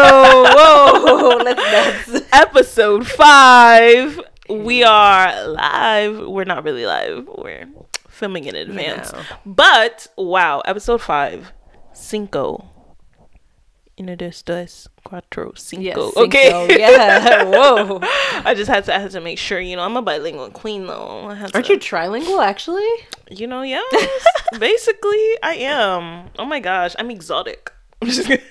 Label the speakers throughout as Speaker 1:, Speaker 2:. Speaker 1: whoa, whoa.
Speaker 2: Let's dance.
Speaker 1: Episode five. We are live. We're not really live. We're filming in advance.
Speaker 2: know.
Speaker 1: But wow, episode five. Cinco. Uno, dos, tres, cuatro, cinco.
Speaker 2: Yes,
Speaker 1: okay.
Speaker 2: cinco. Yeah. Whoa.
Speaker 1: I just had to I had to make sure, you know, I'm a bilingual queen though. I had
Speaker 2: Aren't
Speaker 1: to-
Speaker 2: you trilingual actually?
Speaker 1: you know, yeah. basically, I am. Oh my gosh, I'm exotic. I'm just kidding.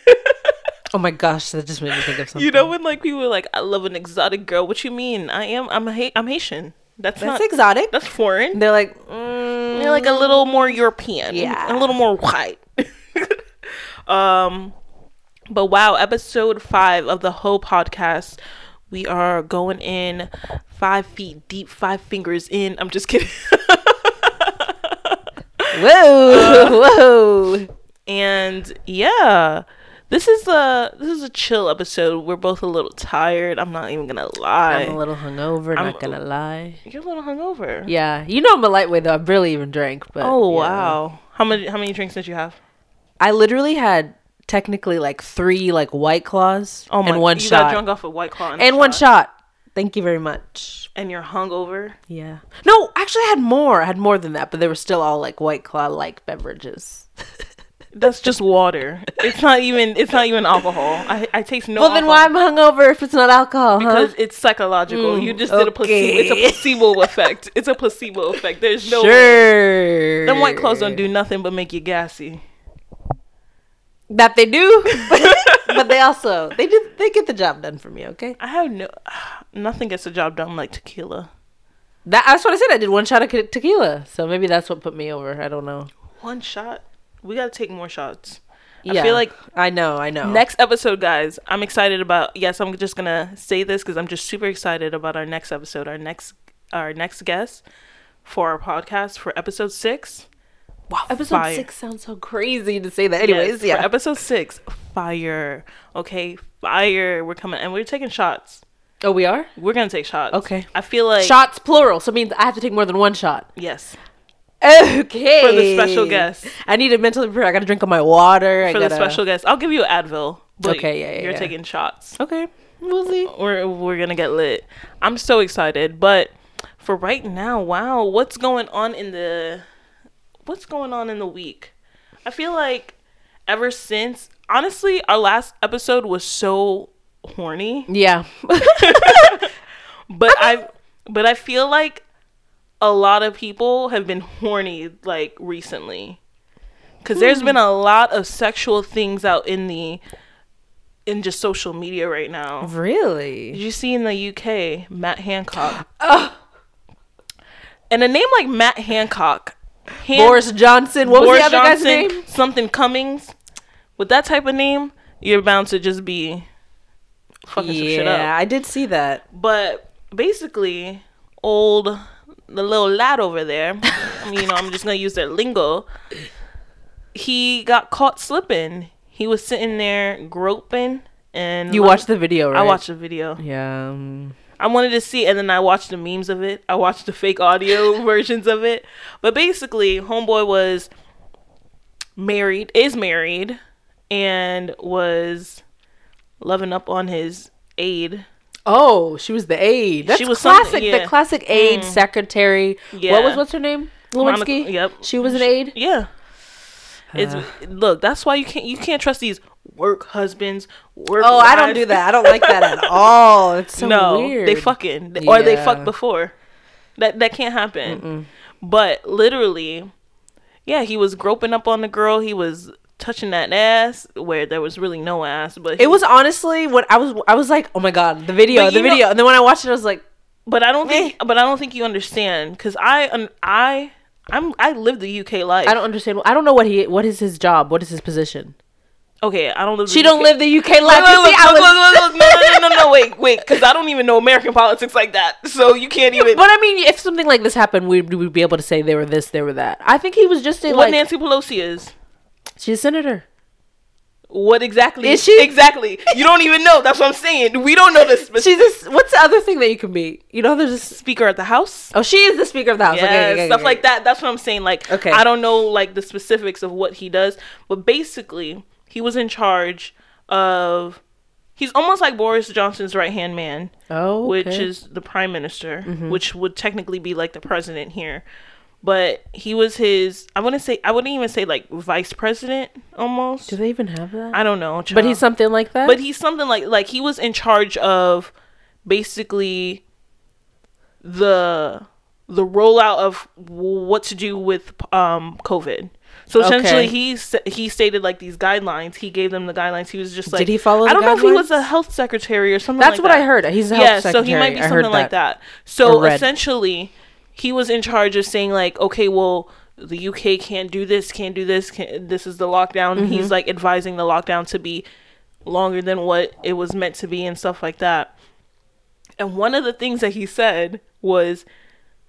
Speaker 2: Oh my gosh, that just made me think of something.
Speaker 1: you know when like people are like, I love an exotic girl. What you mean? I am. I'm a ha- I'm Haitian. That's, not.
Speaker 2: that's exotic.
Speaker 1: that's foreign.
Speaker 2: They're like, mm,
Speaker 1: They're like a little more European.
Speaker 2: Yeah.
Speaker 1: A little more white. um, but wow, episode five of the whole podcast. We are going in five feet deep, five fingers in. I'm just kidding. Uh,
Speaker 2: whoa, whoa.
Speaker 1: and yeah this is a this is a chill episode we're both a little tired i'm not even gonna lie
Speaker 2: I'm a little hungover.
Speaker 1: I'm-
Speaker 2: not gonna lie.
Speaker 1: you're a little hungover
Speaker 2: Yeah, you know I'm a lightweight though. I barely even drank. But
Speaker 1: oh
Speaker 2: yeah.
Speaker 1: wow how many how many drinks did you have
Speaker 2: I literally had technically like three like white claws
Speaker 1: oh my
Speaker 2: and one
Speaker 1: you
Speaker 2: shot
Speaker 1: got drunk off of white claw and, a
Speaker 2: and one shot. Thank you very much.
Speaker 1: and you're hungover
Speaker 2: Yeah. No, actually, I had more. I had more than that, but they were still all like white claw like beverages.
Speaker 1: that's just water it's not even it's not even alcohol i i taste no
Speaker 2: Well, then why am I hungover if it's not alcohol, huh?
Speaker 1: because it's psychological. you just did a placebo.
Speaker 2: okay.
Speaker 1: It's a placebo effect. It's a placebo effect. There's no.
Speaker 2: sure.
Speaker 1: Them white claws don't do nothing but make you gassy.
Speaker 2: that. They do, but they also they do they get the job done for me. Okay.
Speaker 1: I have no. Nothing gets the job done like tequila.
Speaker 2: That, that's what I said. I did one shot of ke- tequila, so maybe that's what put me over. I don't know.
Speaker 1: One shot. We gotta take more shots.
Speaker 2: Yeah,
Speaker 1: I feel like
Speaker 2: I know. I know.
Speaker 1: next episode, guys. I'm excited about. Yes, I'm just gonna say this because I'm just super excited about our next episode. Our next, our next guest for our podcast for episode six.
Speaker 2: wow, episode
Speaker 1: fire.
Speaker 2: six sounds so crazy to say that. Anyways,
Speaker 1: Yes,
Speaker 2: yeah.
Speaker 1: For episode six, fire. Okay, fire. We're coming and we're taking shots.
Speaker 2: oh, we are
Speaker 1: We're gonna take shots.
Speaker 2: Okay.
Speaker 1: I feel like
Speaker 2: shots plural, so it means I have to take more than one shot.
Speaker 1: Yes.
Speaker 2: Okay.
Speaker 1: For the special guest.
Speaker 2: I need to mentally prepare. I gotta drink all my water. I
Speaker 1: For
Speaker 2: gotta,
Speaker 1: the special guest, I'll give you Advil. but
Speaker 2: Okay, yeah, yeah,
Speaker 1: You're
Speaker 2: yeah.
Speaker 1: taking shots.
Speaker 2: Okay. We'll see.
Speaker 1: we're we're gonna get lit. I'm so excited, but for right now, wow, what's going on in the what's going on in the week? I feel like ever since honestly, our last episode was so horny,
Speaker 2: Yeah.
Speaker 1: but I but I feel like a lot of people have been horny like recently. Cuz there's been a lot of sexual things out in the in just social media right now.
Speaker 2: really?
Speaker 1: Did you see in the UK Matt Hancock?
Speaker 2: Oh.
Speaker 1: And a name like Matt Hancock, Han-
Speaker 2: Boris Johnson. What was
Speaker 1: Boris
Speaker 2: the other guy's name?
Speaker 1: something Cummings. With that type of name, you're bound to just be fucking some shit
Speaker 2: Yeah,
Speaker 1: up.
Speaker 2: I did see that.
Speaker 1: But basically, old the little lad over there, I mean, you know, I'm just gonna use their lingo. He got caught slipping. He was sitting there groping, and
Speaker 2: You watched the video, right?
Speaker 1: I watched the video.
Speaker 2: Yeah. um,
Speaker 1: I wanted to see, and then I watched the memes of it. I watched the fake audio versions of it. But basically, Homeboy was married, is married, and was loving up on his aide.
Speaker 2: Oh, she was the aide. That's
Speaker 1: She was some-
Speaker 2: classic.
Speaker 1: yeah. Mm.
Speaker 2: The classic aide secretary.
Speaker 1: Yeah.
Speaker 2: What was what's her name?
Speaker 1: Monica-
Speaker 2: Lewinsky.
Speaker 1: yep.
Speaker 2: She was an aide.
Speaker 1: Yeah. It's look. That's why you can't you can't trust these work husbands. Work.
Speaker 2: Oh, I don't
Speaker 1: wives.
Speaker 2: do that. I don't like that at all. It's so
Speaker 1: no,
Speaker 2: weird.
Speaker 1: they fucking or they
Speaker 2: Yeah.
Speaker 1: fuck before. That that can't happen. But literally, yeah, he was groping up on the girl. He was touching that ass where there was really no ass. But
Speaker 2: It was honestly when I was I was like, oh my god, the video,
Speaker 1: But
Speaker 2: the
Speaker 1: you know-
Speaker 2: video, and then when I watched it, I was like,
Speaker 1: But I don't think. But I don't think you understand because I un- I I'm I live the UK life.
Speaker 2: I don't understand. I don't know what he what is his job. What is his position?
Speaker 1: Okay, I don't live.
Speaker 2: She
Speaker 1: the
Speaker 2: don't
Speaker 1: UK.
Speaker 2: live the UK life.
Speaker 1: Wait, wait,
Speaker 2: You see,
Speaker 1: wait, look,
Speaker 2: I was-
Speaker 1: look, look, look, no, no, no, no, no, wait, wait, because I don't even know American politics like that, so you can't even.
Speaker 2: But I mean, if something like this happened, we we would be able to say they were this, they were that. I think he was just in
Speaker 1: what
Speaker 2: like
Speaker 1: Nancy Pelosi is?
Speaker 2: she's a senator.
Speaker 1: What exactly?
Speaker 2: Is she?
Speaker 1: exactly? You don't even know. That's what I'm saying. We don't know the spe-
Speaker 2: She's this. What's the other thing that you can be? You know, there's just
Speaker 1: speaker at the house.
Speaker 2: oh, she is the speaker of the house.
Speaker 1: Yeah,
Speaker 2: Okay, okay, okay,
Speaker 1: stuff
Speaker 2: okay.
Speaker 1: like that. That's what I'm saying. Like,
Speaker 2: Okay.
Speaker 1: I don't know like the specifics of what he does, but basically, He was in charge of. He's almost like Boris Johnson's right hand man,
Speaker 2: Oh,
Speaker 1: which
Speaker 2: okay. Mm-hmm.
Speaker 1: is the prime minister, which would technically be like the president here. But he was his. I wouldn't say. I wouldn't even say like vice president almost.
Speaker 2: Do they even have that?
Speaker 1: I don't know.
Speaker 2: but
Speaker 1: child.
Speaker 2: he's something like that.
Speaker 1: But he's something like like he was in charge of basically the the rollout of what to do with um COVID. So essentially,
Speaker 2: Okay.
Speaker 1: he s- he stated like these guidelines. He gave them the guidelines. He was just like,
Speaker 2: he follow
Speaker 1: I
Speaker 2: the
Speaker 1: don't know if he was
Speaker 2: guidelines?
Speaker 1: a health secretary or something.
Speaker 2: That's
Speaker 1: like
Speaker 2: what
Speaker 1: that
Speaker 2: I heard. He's a health
Speaker 1: yeah, so
Speaker 2: secretary.
Speaker 1: he might be
Speaker 2: I heard
Speaker 1: something like that. So
Speaker 2: Or red.
Speaker 1: essentially, he was in charge of saying like, okay, well, the UK can't do this, can't do this, can't, this is the lockdown.
Speaker 2: Mm-hmm.
Speaker 1: He's like advising the lockdown to be longer than what it was meant to be and stuff like that. And one of the things that he said was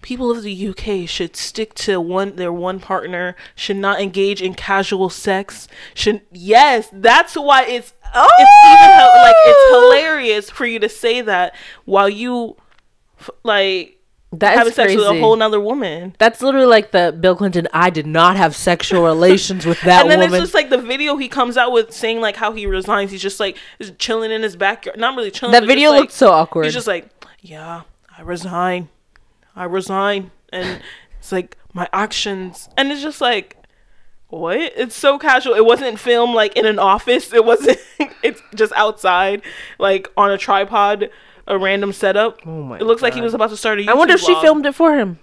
Speaker 1: people of the UK should stick to one their one partner, should not engage in casual sex. Should yes, that's why it's it's even hel- like it's
Speaker 2: Oh!
Speaker 1: hilarious for you to say that while you f- like
Speaker 2: That is
Speaker 1: having sex with a
Speaker 2: crazy.
Speaker 1: whole nother woman.
Speaker 2: That's literally like the Bill Clinton. I did not have sexual relations with that
Speaker 1: And then
Speaker 2: woman.
Speaker 1: it's just like the video he comes out with saying like how he resigns. He's just like is chilling in his backyard. Not really chilling.
Speaker 2: that
Speaker 1: but just,
Speaker 2: video
Speaker 1: like-
Speaker 2: looked so awkward.
Speaker 1: He's just like, yeah, I resign. I resign. And it's like, my actions. And it's just like, what? It's so casual. It wasn't filmed like in an office. It wasn't, it's just outside, like on a tripod, a random setup.
Speaker 2: Oh my
Speaker 1: It looks like he
Speaker 2: God.
Speaker 1: was about to start a YouTube
Speaker 2: I wonder if she
Speaker 1: vlog.
Speaker 2: filmed it for him.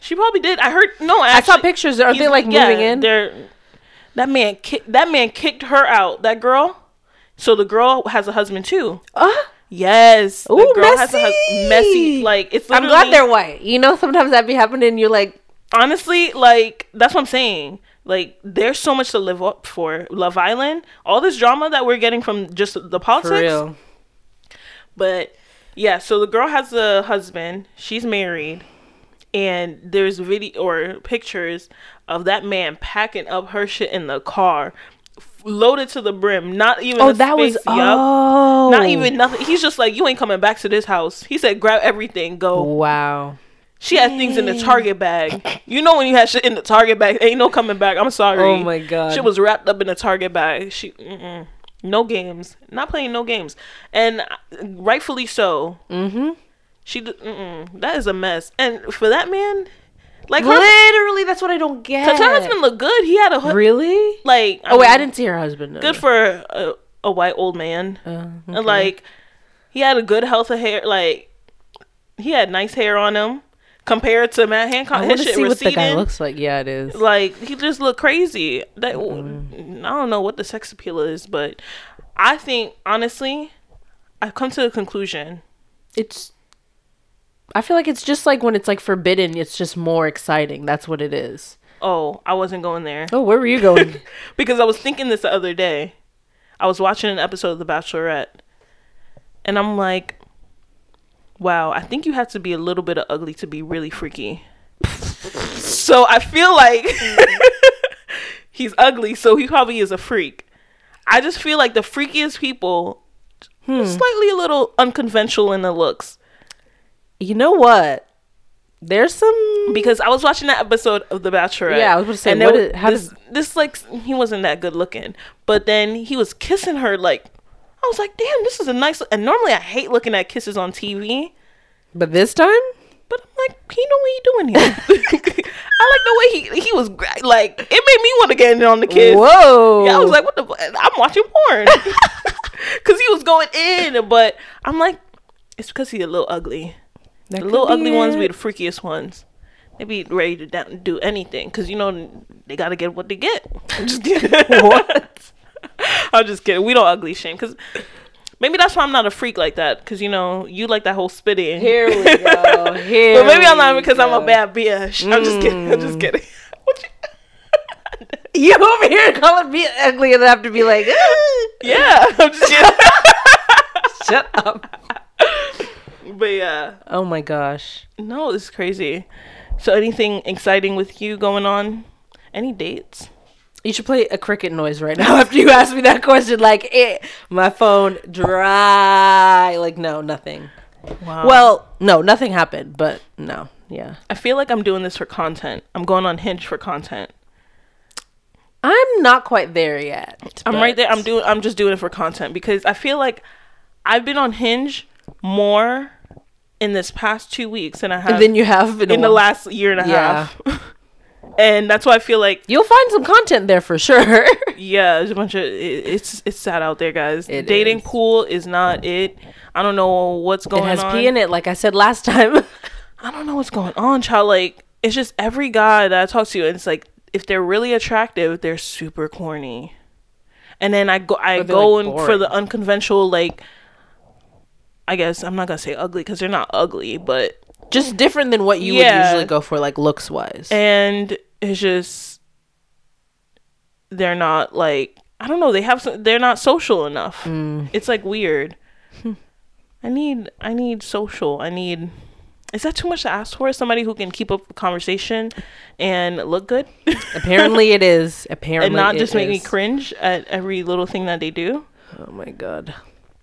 Speaker 1: She probably did. I heard, no,
Speaker 2: I
Speaker 1: actually,
Speaker 2: saw pictures. Are they
Speaker 1: he's-
Speaker 2: like
Speaker 1: yeah,
Speaker 2: moving in?
Speaker 1: They're, that man kicked that man kicked her out. That girl. So the girl has a husband too.
Speaker 2: Ah,
Speaker 1: Yes. the
Speaker 2: Ooh,
Speaker 1: hus- messy.
Speaker 2: messy.
Speaker 1: Like it's.
Speaker 2: I'm glad
Speaker 1: literally-
Speaker 2: they're white. You know, sometimes that be happening. and You're like,
Speaker 1: honestly like that's what I'm saying. Like there's so much to live up for. Love Island, all this drama that we're getting from just the politics.
Speaker 2: for real.
Speaker 1: But yeah, so the girl has a husband. She's married, and there's video or pictures of that man packing up her shit in the car, f- loaded to the brim. Not even
Speaker 2: Oh,
Speaker 1: a
Speaker 2: that was
Speaker 1: space- yup.
Speaker 2: oh,
Speaker 1: Not even nothing. He's just like, you ain't coming back to this house. He said, grab everything, go.
Speaker 2: Wow.
Speaker 1: She had things in the Target bag. You know when you had shit in the Target bag, ain't no coming back. I'm sorry.
Speaker 2: Oh my God.
Speaker 1: Shit was wrapped up in the Target bag. She, mm-mm. no games, not playing no games, and uh, rightfully so. Mm-hmm. She, d- mm-mm. that is a mess. And for that man, like her,
Speaker 2: Literally, that's what I don't get.
Speaker 1: cause her husband looked good. He had a hood,
Speaker 2: really?
Speaker 1: like.
Speaker 2: Oh wait, I didn't see her husband. Uh,
Speaker 1: Good for a, a white old man. And, Like he had a good health of hair. Like he had nice hair on him compared to Matt Hancock.
Speaker 2: I want
Speaker 1: his
Speaker 2: to
Speaker 1: shit
Speaker 2: see what the guy
Speaker 1: receding.
Speaker 2: looks like. Yeah, it is.
Speaker 1: Like he just looked crazy. That
Speaker 2: Mm-hmm.
Speaker 1: I don't know what the sex appeal is, but I think honestly, I've come to the conclusion.
Speaker 2: It's. I feel like it's just like when it's like forbidden. It's just more exciting. That's what it is.
Speaker 1: Oh, I wasn't going there
Speaker 2: Oh, where were you going?
Speaker 1: because I was thinking this the other day. I was watching an episode of The Bachelorette, and I'm like, wow, I think you have to be a little bit of ugly to be really freaky. so I feel like he's ugly, so he probably is a freak. I just feel like the freakiest people, slightly a little unconventional in their looks.
Speaker 2: you know what? There's some.
Speaker 1: because I was watching that episode of The Bachelorette.
Speaker 2: Yeah, I was gonna say,
Speaker 1: and there
Speaker 2: what
Speaker 1: was-
Speaker 2: is- how
Speaker 1: this,
Speaker 2: does-
Speaker 1: this like he wasn't that good looking, but then he was kissing her like I was like, damn, this is a nice. And normally I hate looking at kisses on TV,
Speaker 2: But this time,
Speaker 1: but I'm like, he know what he doing here. I like the way he he was gra- like it made me want to get in on the kiss.
Speaker 2: whoa!
Speaker 1: Yeah, I was like, what the? fu- I'm watching porn because he was going in, but I'm like, it's because he's a little ugly.
Speaker 2: That
Speaker 1: The little
Speaker 2: could be
Speaker 1: ugly ones be
Speaker 2: it.
Speaker 1: the freakiest ones. They be ready to down, do anything because you know they gotta get what they get. I'm just kidding.
Speaker 2: What?
Speaker 1: I'm just kidding. We don't ugly shame because maybe that's why I'm not a freak like that because you know you like that whole spitting.
Speaker 2: Here we go. Here.
Speaker 1: but maybe I'm not
Speaker 2: we
Speaker 1: because I'm a
Speaker 2: go. Mm.
Speaker 1: bad bitch. I'm just kidding. I'm just kidding. What you-
Speaker 2: You over here calling me ugly and I have to be like, "Ugh."
Speaker 1: yeah, I'm just kidding.
Speaker 2: shut up.
Speaker 1: but yeah,
Speaker 2: Oh my gosh.
Speaker 1: no, it's crazy. So anything exciting with you going on? Any dates?
Speaker 2: You should play a cricket noise right now after you ask me that question. Like, eh, my phone dry. Like, no, nothing.
Speaker 1: Wow.
Speaker 2: Well, no, nothing happened, but no. Yeah.
Speaker 1: I feel like I'm doing this for content. I'm going on Hinge for content.
Speaker 2: I'm not quite there yet.
Speaker 1: I'm
Speaker 2: but-
Speaker 1: right there. I'm doing. I'm just doing it for content because I feel like I've been on Hinge more in this past two weeks than I have
Speaker 2: Than you have been
Speaker 1: in the
Speaker 2: a while.
Speaker 1: last year and a
Speaker 2: Yeah.
Speaker 1: half. and that's why I feel like
Speaker 2: You'll find some content there for sure.
Speaker 1: yeah, there's a bunch of it, it's it's sad out there, guys.
Speaker 2: It
Speaker 1: Dating
Speaker 2: is.
Speaker 1: pool is not it. I don't know what's
Speaker 2: it
Speaker 1: going
Speaker 2: has
Speaker 1: on.
Speaker 2: pee in it, like I said last time.
Speaker 1: I don't know what's going on, child. Like it's just every guy that I talk to, and it's like if they're really attractive, they're super corny. And then I go, I
Speaker 2: Or they're,
Speaker 1: go
Speaker 2: like,
Speaker 1: in for the
Speaker 2: boring.
Speaker 1: unconventional, like I guess I'm not gonna say ugly because they're not ugly, but
Speaker 2: Just different than what you
Speaker 1: Yeah.
Speaker 2: would usually go for, like looks wise.
Speaker 1: and it's just they're not like I don't know. They have some, they're not social enough.
Speaker 2: Mm.
Speaker 1: It's like weird.
Speaker 2: Hmm.
Speaker 1: I need I need social. I need. Is that too much to ask for? Somebody who can keep up the conversation and look good,
Speaker 2: Apparently it is. Apparently
Speaker 1: and not
Speaker 2: it
Speaker 1: just make me
Speaker 2: is.
Speaker 1: cringe at every little thing that they do.
Speaker 2: Oh my god.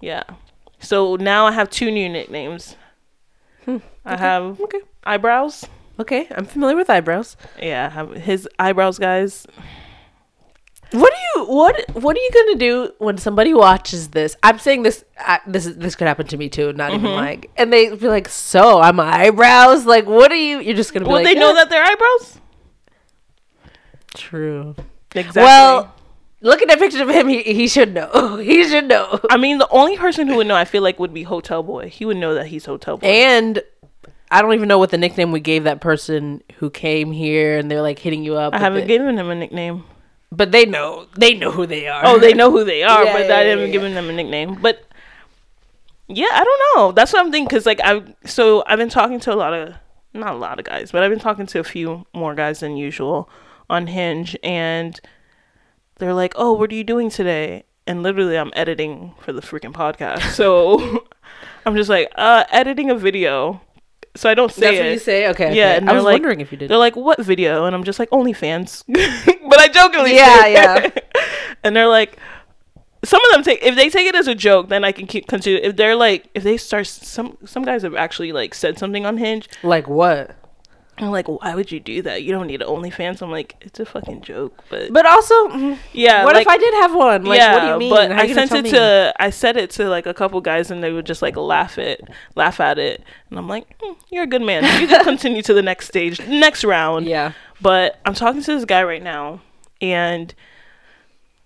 Speaker 1: Yeah. So now I have two new nicknames. I have
Speaker 2: Hmm. Okay.
Speaker 1: eyebrows.
Speaker 2: Okay, I'm familiar with eyebrows.
Speaker 1: Yeah, I have his eyebrows, guys.
Speaker 2: What do you what what are you gonna do when somebody watches this? I'm saying this I, this is- this could happen to me too. Not
Speaker 1: Mm-hmm.
Speaker 2: even like, and they be like, "So, I'm eyebrows." Like, what are you? You're just gonna be
Speaker 1: Would
Speaker 2: like,
Speaker 1: they know
Speaker 2: "Yeah,
Speaker 1: that they're eyebrows?
Speaker 2: True.
Speaker 1: Exactly.
Speaker 2: Well, looking at pictures of him, he he should know. he should know.
Speaker 1: I mean, the only person who would know, I feel like, would be Hotel Boy. He would know that he's Hotel Boy.
Speaker 2: And I don't even know what the nickname we gave that person who came here, and they're like hitting you up.
Speaker 1: I
Speaker 2: with
Speaker 1: haven't
Speaker 2: it.
Speaker 1: given him a nickname.
Speaker 2: but they know. They know who they are.
Speaker 1: Oh, they know who they are,
Speaker 2: Yeah,
Speaker 1: but
Speaker 2: Uh-huh. yeah,
Speaker 1: I
Speaker 2: yeah,
Speaker 1: haven't
Speaker 2: yeah.
Speaker 1: given them a nickname. But yeah, I don't know. That's what I'm thinking. Cause like I, so I've been talking to a lot of, not a lot of guys, but I've been talking to a few more guys than usual on Hinge, and they're like, "Oh, what are you doing today?" And literally, I'm editing for the freaking podcast. So I'm just like, uh, editing a video. So I don't say
Speaker 2: That's
Speaker 1: it.
Speaker 2: what you say. Okay. okay.
Speaker 1: Yeah, and
Speaker 2: I
Speaker 1: they're
Speaker 2: was
Speaker 1: like-
Speaker 2: wondering if you did.
Speaker 1: They're like, "What video?" And I'm just like, "OnlyFans," but I jokingly,
Speaker 2: Yeah,
Speaker 1: say
Speaker 2: yeah.
Speaker 1: it. and they're like, some of them take if they take it as a joke, then I can keep continue. If they're like, if they start some some guys have actually like said something on Hinge.
Speaker 2: Like what?
Speaker 1: I'm like, why would you do that? You don't need an OnlyFans. I'm like, it's a fucking joke, but, mm-hmm.
Speaker 2: But also, mm,
Speaker 1: yeah.
Speaker 2: what
Speaker 1: like,
Speaker 2: if I did have one? Like,
Speaker 1: yeah,
Speaker 2: what do you mean?
Speaker 1: but
Speaker 2: How you
Speaker 1: I
Speaker 2: gonna
Speaker 1: sent
Speaker 2: tell
Speaker 1: it
Speaker 2: me?
Speaker 1: to I said it to like a couple guys, and they would just like laugh it, laugh at it, and I'm like, "Mm, you're a good man. You can continue to the next stage, next round.
Speaker 2: Yeah.
Speaker 1: But I'm talking to this guy right now, and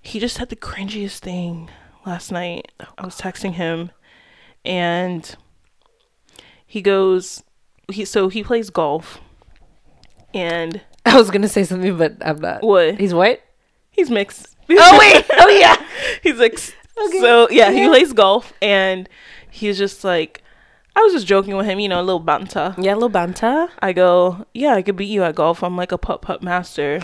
Speaker 1: he just had the cringiest thing last night. I was texting him, and he goes, he so he plays golf, and
Speaker 2: I was gonna say something, but I'm not.
Speaker 1: What?
Speaker 2: He's white.
Speaker 1: he's mixed.
Speaker 2: Oh wait. Oh yeah.
Speaker 1: he's like, s-
Speaker 2: Okay.
Speaker 1: so yeah, he
Speaker 2: Yeah.
Speaker 1: plays golf, and he's just like, I was just joking with him, you know, a little banter.
Speaker 2: Yellow banta.
Speaker 1: I go, yeah, I could beat you at golf. I'm like a putt putt master.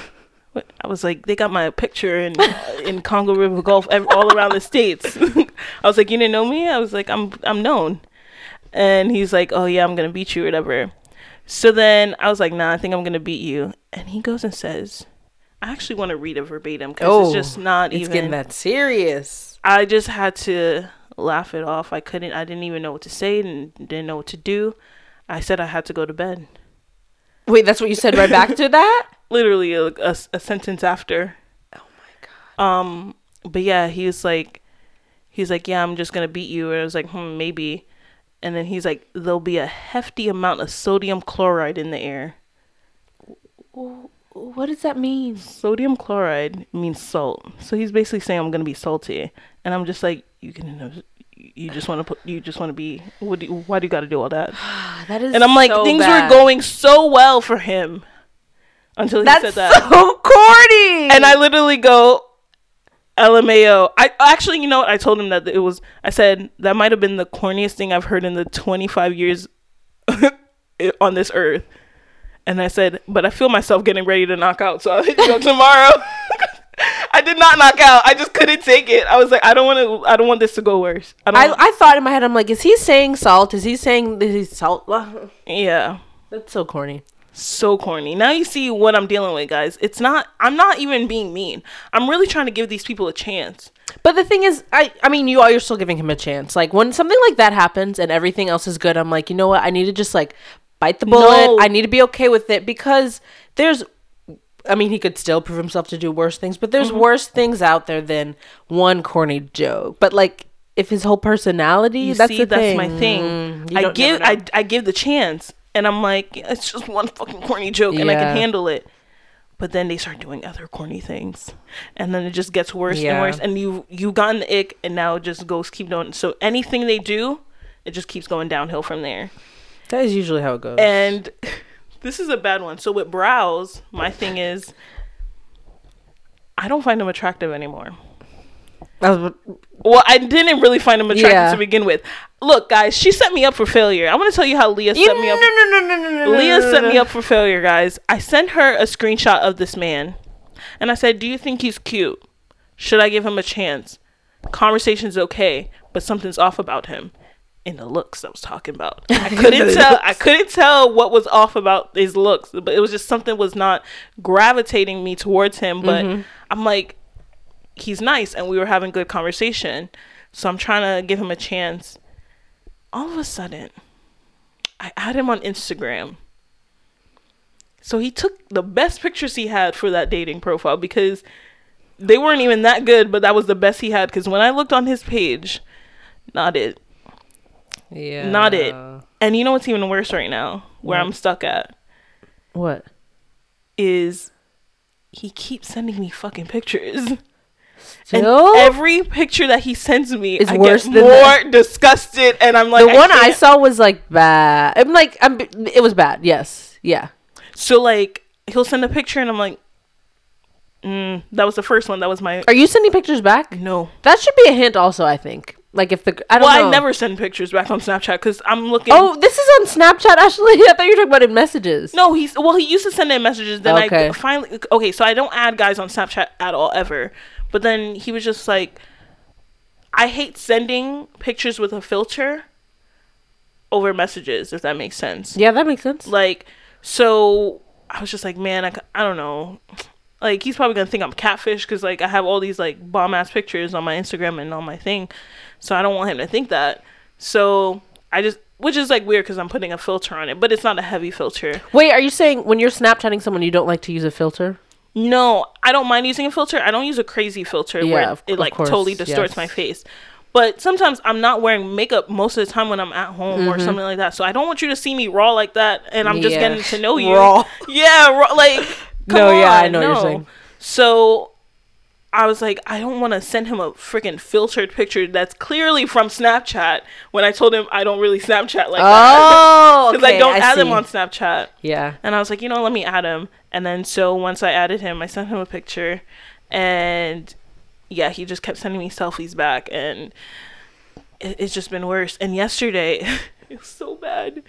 Speaker 1: What- I was like, they got my picture in uh, in Congo River Golf ev- all around the states. I was like, you didn't know me? I was like, I'm I'm known. And he's like, oh yeah, I'm gonna beat you, or whatever. So then I was like, nah, I think I'm gonna beat you. And he goes and says, I actually want to read it verbatim because
Speaker 2: Oh,
Speaker 1: it's just not
Speaker 2: It's
Speaker 1: even.
Speaker 2: getting that serious.
Speaker 1: I just had to laugh it off. I couldn't. I didn't even know what to say and didn't know what to do. I said I had to go to bed.
Speaker 2: Wait, that's what you said right back to that.
Speaker 1: literally a, a- a sentence after.
Speaker 2: Oh my god.
Speaker 1: Um, but yeah, he was like, he's like, yeah, I'm just gonna beat you. And I was like, hmm, maybe. And then he's like, there'll be a hefty amount of sodium chloride in the air.
Speaker 2: What does that mean?
Speaker 1: Sodium chloride means salt, so he's basically saying I'm gonna be salty. And I'm just like, you can, you just want to put, you just want to be. What do you, why do you got to do all that?
Speaker 2: Ah, That is.
Speaker 1: And I'm like,
Speaker 2: so
Speaker 1: things
Speaker 2: bad.
Speaker 1: were going so well for him until he said
Speaker 2: That's
Speaker 1: that.
Speaker 2: so corny.
Speaker 1: and I literally go, LMAO. I actually, you know what? I told him that it was. I said that might have been the corniest thing I've heard in the 25 years on this earth. And I said, but I feel myself getting ready to knock out, so I'll hit you up tomorrow. I did not knock out. I just couldn't take it. I was like, I don't want to. I don't want this to go worse. I
Speaker 2: I,
Speaker 1: don't.
Speaker 2: I thought in my head, I'm like, is he saying salt? Is he saying this is salt? Blah.
Speaker 1: yeah.
Speaker 2: That's so corny.
Speaker 1: so corny. Now you see what I'm dealing with, guys. It's not I'm not even being mean. I'm really trying to give these people a chance.
Speaker 2: But the thing is, I I mean, you are you're still giving him a chance. Like when something like that happens and everything else is good, I'm like, you know what? I need to just like bite the bullet.
Speaker 1: No.
Speaker 2: I need to be okay with it because there's I mean, he could still prove himself to do worse things, but there's worse things out there than one corny joke. But like, if his whole personality,
Speaker 1: You
Speaker 2: that's
Speaker 1: see,
Speaker 2: the
Speaker 1: that's
Speaker 2: thing.
Speaker 1: my thing.
Speaker 2: Mm, you
Speaker 1: I
Speaker 2: don't
Speaker 1: give
Speaker 2: never
Speaker 1: I,
Speaker 2: know.
Speaker 1: I give the chance and I'm like, it's just one fucking corny joke and I
Speaker 2: Yeah.
Speaker 1: can handle it. But then they start doing other corny things. And then it just gets worse
Speaker 2: Yeah.
Speaker 1: and worse. And you you gotten the ick and now it just goes keep going. So anything they do, it just keeps going downhill from there.
Speaker 2: that is usually how it goes.
Speaker 1: And this is a bad one. So with brows, my thing is I don't find them attractive anymore.
Speaker 2: That was what-
Speaker 1: Well, I didn't really find him attractive
Speaker 2: Yeah.
Speaker 1: to begin with. Look, guys, she set me up for failure. I want to tell you how Leah set me up.
Speaker 2: no, no, no, no, no, no,
Speaker 1: Leah
Speaker 2: no,
Speaker 1: set
Speaker 2: no.
Speaker 1: me up for failure, guys. I sent her a screenshot of this man, and I said, "Do you think he's cute? Should I give him a chance? Conversation's okay, but something's off about him." In the looks I was talking about, I couldn't
Speaker 2: The
Speaker 1: tell. I
Speaker 2: looks.
Speaker 1: couldn't tell what was off about his looks, but it was just something was not gravitating me towards him. But I'm like, he's nice and we were having good conversation so i'm trying to give him a chance all of a sudden i add him on instagram so he took the best pictures he had for that dating profile because they weren't even that good but that was the best he had because when i looked on his page not it
Speaker 2: Yeah.
Speaker 1: not it and you know what's even worse right now where i'm stuck at
Speaker 2: What?
Speaker 1: is he keeps sending me fucking pictures And
Speaker 2: Still?
Speaker 1: every picture that he sends me
Speaker 2: Is
Speaker 1: I
Speaker 2: worse
Speaker 1: get
Speaker 2: than
Speaker 1: more
Speaker 2: that.
Speaker 1: disgusted, and I'm like,
Speaker 2: the one I
Speaker 1: can't.
Speaker 2: saw was like bad. I'm like, I'm. It was bad. Yes. Yeah.
Speaker 1: So like, he'll send a picture, and I'm like, mm, that was the first one. That was my
Speaker 2: Are you sending pictures back?
Speaker 1: no.
Speaker 2: That should be a hint, also. I think. Like if the I don't
Speaker 1: Well,
Speaker 2: know.
Speaker 1: I never send pictures back on Snapchat because I'm looking.
Speaker 2: Oh, this is on Snapchat, Ashley. I thought you were talking about in messages.
Speaker 1: No, he's well. He used to send in messages. Then
Speaker 2: Okay.
Speaker 1: I finally okay. So I don't add guys on Snapchat at all ever. But then he was just like, I hate sending pictures with a filter over messages. If that makes sense.
Speaker 2: Yeah, that makes sense.
Speaker 1: Like, so I was just like, man, I, c- I don't know. Like, he's probably gonna think I'm catfish because like I have all these like bomb ass pictures on my Instagram and on my thing, so I don't want him to think that. So I just, which is like weird because I'm putting a filter on it, but it's not a heavy filter.
Speaker 2: Wait, are you saying when you're Snapchatting someone, you don't like to use a filter?
Speaker 1: No, I don't mind using a filter. I don't use a crazy filter
Speaker 2: Yeah,
Speaker 1: where
Speaker 2: of-
Speaker 1: it
Speaker 2: of
Speaker 1: like
Speaker 2: course,
Speaker 1: totally distorts
Speaker 2: yes.
Speaker 1: my face. But sometimes I'm not wearing makeup most of the time when I'm at home
Speaker 2: Mm-hmm.
Speaker 1: or something like that. So I don't want you to see me raw like that and I'm just
Speaker 2: Yeah.
Speaker 1: getting to know you.
Speaker 2: Raw.
Speaker 1: Yeah, raw, like come
Speaker 2: No, yeah, I
Speaker 1: on,
Speaker 2: know what you're
Speaker 1: no.
Speaker 2: saying.
Speaker 1: So I was like, I don't want to send him a freaking filtered picture that's clearly from Snapchat when I told him I don't really Snapchat like that.
Speaker 2: Oh,
Speaker 1: Because I don't add them on Snapchat.
Speaker 2: Yeah.
Speaker 1: And I was like, you know, let me add him. And then so once I added him, I sent him a picture, and yeah, he just kept sending me selfies back, and it, it's just been worse. And yesterday, it was so bad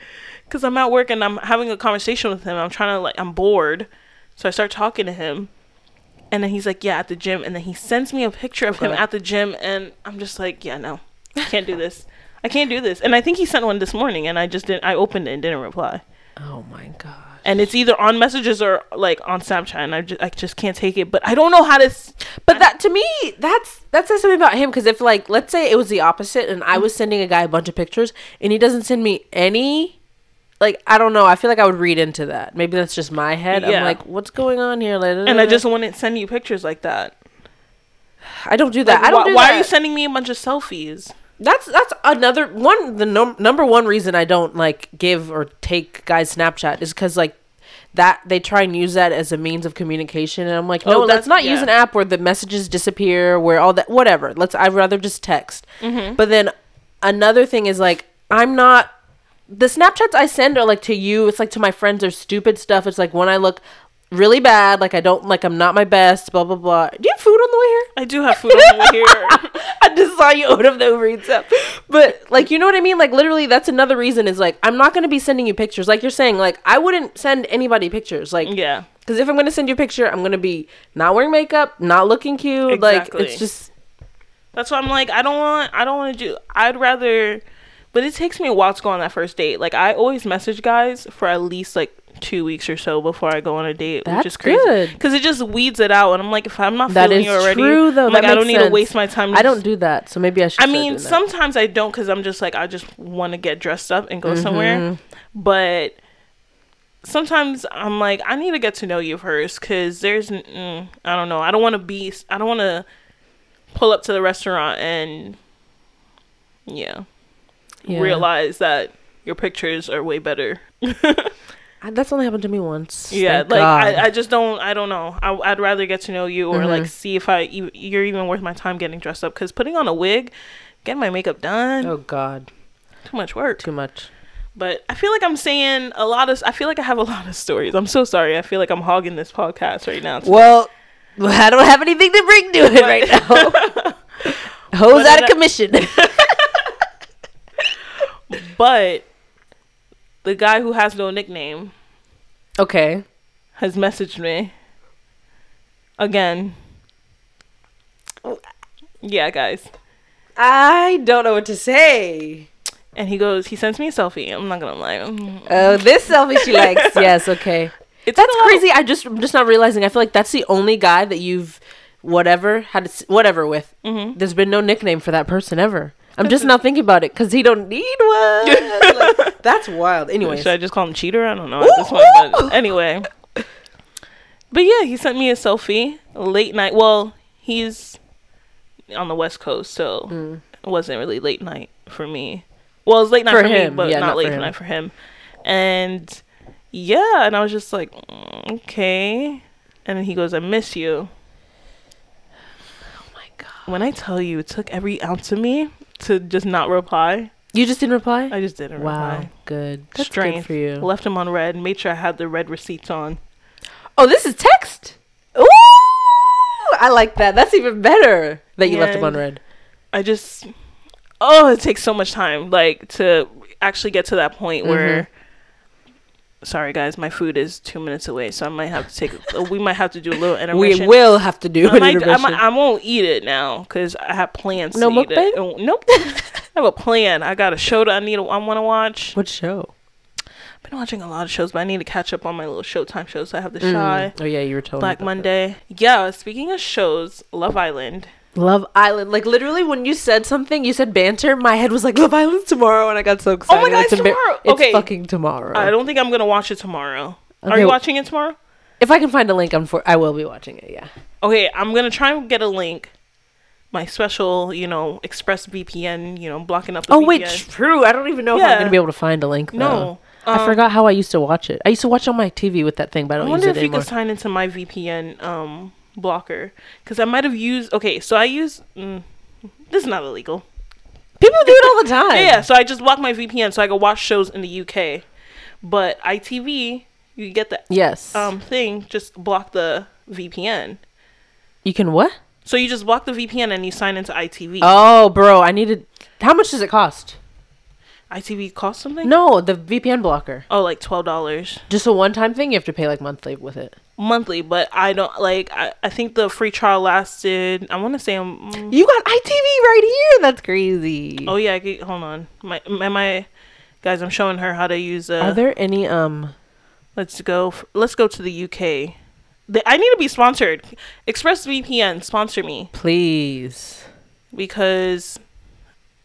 Speaker 1: because I'm at work and I'm having a conversation with him. I'm trying to like, I'm bored, so I start talking to him. And then he's like, "Yeah, at the gym." And then he sends me a picture of him
Speaker 2: Okay.
Speaker 1: at the gym, and I'm just like, "Yeah, no, I can't do this. I can't do this." And I think he sent one this morning, and I just didn't. I opened it and didn't reply
Speaker 2: Oh my god.
Speaker 1: and it's either on messages or like on Snapchat, and I just I just can't take it. But I don't know how to. s-
Speaker 2: But that to me, that's that says something about him. Because if like, let's say it was the opposite, and I was sending a guy a bunch of pictures, and he doesn't send me any. Like I don't know. I feel like I would read into that. Maybe that's just my head. I'm
Speaker 1: Yeah.
Speaker 2: like, what's going on here?
Speaker 1: And I just wouldn't send you pictures like that.
Speaker 2: I don't do that.
Speaker 1: Like,
Speaker 2: I don't.
Speaker 1: why,
Speaker 2: do
Speaker 1: why
Speaker 2: that.
Speaker 1: are you sending me a bunch of selfies?
Speaker 2: That's that's another one. The num- number one reason I don't like give or take guys Snapchat is because like that they try and use that as a means of communication, and I'm like,
Speaker 1: Oh,
Speaker 2: no, let's
Speaker 1: that's-
Speaker 2: not
Speaker 1: yeah.
Speaker 2: use an app where the messages disappear, where all that whatever. Let's I'd rather just text.
Speaker 1: Mm-hmm.
Speaker 2: But then another thing is like I'm not the Snapchats I send are like to you. It's like to my friends are stupid stuff. It's like when I look really bad, like I don't like I'm not my best. Blah blah blah. Do you have food on the way here?
Speaker 1: I do have food on the way here.
Speaker 2: I just saw you out of the Uber Eats app. But like you know what I mean? Like literally that's another reason is like I'm not gonna be sending you pictures. Like you're saying, like I wouldn't send anybody pictures. Like
Speaker 1: Yeah,
Speaker 2: Cause if I'm gonna send you a picture, I'm gonna be not wearing makeup, not looking cute.
Speaker 1: Exactly.
Speaker 2: Like it's just
Speaker 1: that's why I'm like I don't want I don't want to do. I'd rather, but it takes me a while to go on that first date. Like I always message guys for at least like two weeks or so before I go on a date, which
Speaker 2: That's
Speaker 1: is crazy
Speaker 2: good.
Speaker 1: because it just weeds it out. And I'm like, if I'm not
Speaker 2: that
Speaker 1: feeling
Speaker 2: is
Speaker 1: you already,
Speaker 2: true though.
Speaker 1: I'm
Speaker 2: That
Speaker 1: like I don't
Speaker 2: makes
Speaker 1: need to
Speaker 2: sense.
Speaker 1: waste my time.
Speaker 2: I don't do that, so maybe I should.
Speaker 1: I
Speaker 2: start
Speaker 1: mean,
Speaker 2: doing that.
Speaker 1: sometimes I
Speaker 2: Mm-hmm.
Speaker 1: don't because I'm just like I just want to get dressed up and go somewhere, but sometimes I'm like, I need to get to know you first because there's, n- mm, I don't know, I don't want to be, I don't want to pull up to the restaurant and, yeah,
Speaker 2: Yeah.
Speaker 1: realize that your pictures are way better.
Speaker 2: I- That's only happened to me once.
Speaker 1: yeah,
Speaker 2: Thank
Speaker 1: like
Speaker 2: God.
Speaker 1: I, I just don't, I don't know. I, I'd rather get to know you or like
Speaker 2: Mhm.
Speaker 1: see if I, you, you're even worth my time getting dressed up because putting on a wig, getting my makeup done,
Speaker 2: oh God,
Speaker 1: too much work.
Speaker 2: too much.
Speaker 1: But I feel like I'm saying a lot of, I feel like I have a lot of stories. I'm so sorry. I feel like I'm hogging this podcast right now.
Speaker 2: Well, I don't have anything to bring to it right now. Hoes
Speaker 1: But
Speaker 2: out
Speaker 1: then-
Speaker 2: of commission.
Speaker 1: But the guy who has no nickname
Speaker 2: okay.
Speaker 1: has messaged me again. Yeah, guys.
Speaker 2: I don't know what to say.
Speaker 1: And he goes, he sends me a selfie. I'm not gonna lie. Mm.
Speaker 2: Oh, this selfie she likes. Yes, okay.
Speaker 1: It's
Speaker 2: That's
Speaker 1: been a lot of-
Speaker 2: crazy. I just I'm just not realizing. I feel like that's the only guy that you've whatever had s- whatever with.
Speaker 1: Mm-hmm.
Speaker 2: There's been no nickname for that person ever. I'm just not thinking about it because he don't need one. Like, that's wild. Anyways,
Speaker 1: Should I just call him cheater? I don't know at this point. But anyway. But yeah, he sent me a selfie late night. Well, he's on the West Coast, so
Speaker 2: Mm.
Speaker 1: it wasn't really late night for me. Well, it was late night
Speaker 2: For
Speaker 1: for,
Speaker 2: him,
Speaker 1: me, but
Speaker 2: yeah,
Speaker 1: not,
Speaker 2: not for
Speaker 1: late
Speaker 2: him.
Speaker 1: night for him. And yeah, and I was just like, "Mm, okay. And then he goes, I miss you.
Speaker 2: oh my god,
Speaker 1: When I tell you, it took every ounce of me to just not reply.
Speaker 2: you just didn't reply.
Speaker 1: I just didn't
Speaker 2: wow,
Speaker 1: reply.
Speaker 2: good. That's
Speaker 1: Strength.
Speaker 2: good for you.
Speaker 1: Left him on red. Made sure I had the red receipts on.
Speaker 2: Oh, this is text. Ooh, I like that. That's even better that you left him
Speaker 1: Yeah.
Speaker 2: on red.
Speaker 1: I just oh, it takes so much time like to actually get to that point where
Speaker 2: Mm-hmm.
Speaker 1: sorry guys, my food is 2 minutes away, so I might have to take uh, we might have to do a little
Speaker 2: We
Speaker 1: intermission.
Speaker 2: will have to do
Speaker 1: I,
Speaker 2: an
Speaker 1: might, I,
Speaker 2: intermission.
Speaker 1: might, I won't eat it now because I have plans.
Speaker 2: No
Speaker 1: to eat it.
Speaker 2: mukbang?
Speaker 1: Oh, Nope. I have a plan. I got a show that I need. To, I want to watch.
Speaker 2: what show?
Speaker 1: I've been watching a lot of shows, but I need to catch up on my little Showtime shows. I have The
Speaker 2: Mm.
Speaker 1: Shy,
Speaker 2: Oh yeah, you were telling me
Speaker 1: Black
Speaker 2: about that.
Speaker 1: Monday. Yeah. Speaking of shows, Love Island.
Speaker 2: Love Island. Like literally, when you said something, you said banter. My head was like Love Island tomorrow, and I got so excited.
Speaker 1: Oh God, it's
Speaker 2: embar-
Speaker 1: tomorrow!
Speaker 2: It's
Speaker 1: Okay.
Speaker 2: fucking tomorrow.
Speaker 1: I don't think I'm gonna watch it tomorrow. Are
Speaker 2: Okay.
Speaker 1: you watching it tomorrow?
Speaker 2: if I can find a link, I'm for. I will be watching it. Yeah.
Speaker 1: okay, I'm gonna try and get a link. My special, you know, Express VPN, you know, blocking up. The
Speaker 2: Oh wait,
Speaker 1: VPN.
Speaker 2: true. I don't even know if I'm
Speaker 1: Yeah.
Speaker 2: gonna be able to find a link. Though.
Speaker 1: no. Um,
Speaker 2: I forgot how I used to watch it. I used to watch on my TV with that thing, but I
Speaker 1: I
Speaker 2: don't use
Speaker 1: wonder
Speaker 2: it
Speaker 1: if you
Speaker 2: anymore.
Speaker 1: could sign into my VPN um blocker because I might have used. Okay, so I use. Mm, this is not illegal.
Speaker 2: People do it all the time.
Speaker 1: Yeah, yeah, so I just blocked my VPN so I could watch shows in the UK, but ITV you get the
Speaker 2: Yes. Um,
Speaker 1: um thing just block the VPN.
Speaker 2: you can what?
Speaker 1: So you just block the VPN and you sign into ITV.
Speaker 2: Oh, bro, I needed. How much does it cost?
Speaker 1: ITV costs something?
Speaker 2: No, the VPN blocker.
Speaker 1: Oh, like twelve dollars.
Speaker 2: Just a one-time thing. You have to pay like monthly with it.
Speaker 1: monthly, but I don't like. I, I think the free trial lasted. I want to say. Um, mm,
Speaker 2: You got ITV right here. That's crazy.
Speaker 1: oh yeah, I could, hold on. My am I, guys? I'm showing her how to use. Uh,
Speaker 2: Are there any um?
Speaker 1: let's go. f- Let's go to the UK. The, I need to be sponsored. ExpressVPN sponsor me
Speaker 2: Please.
Speaker 1: because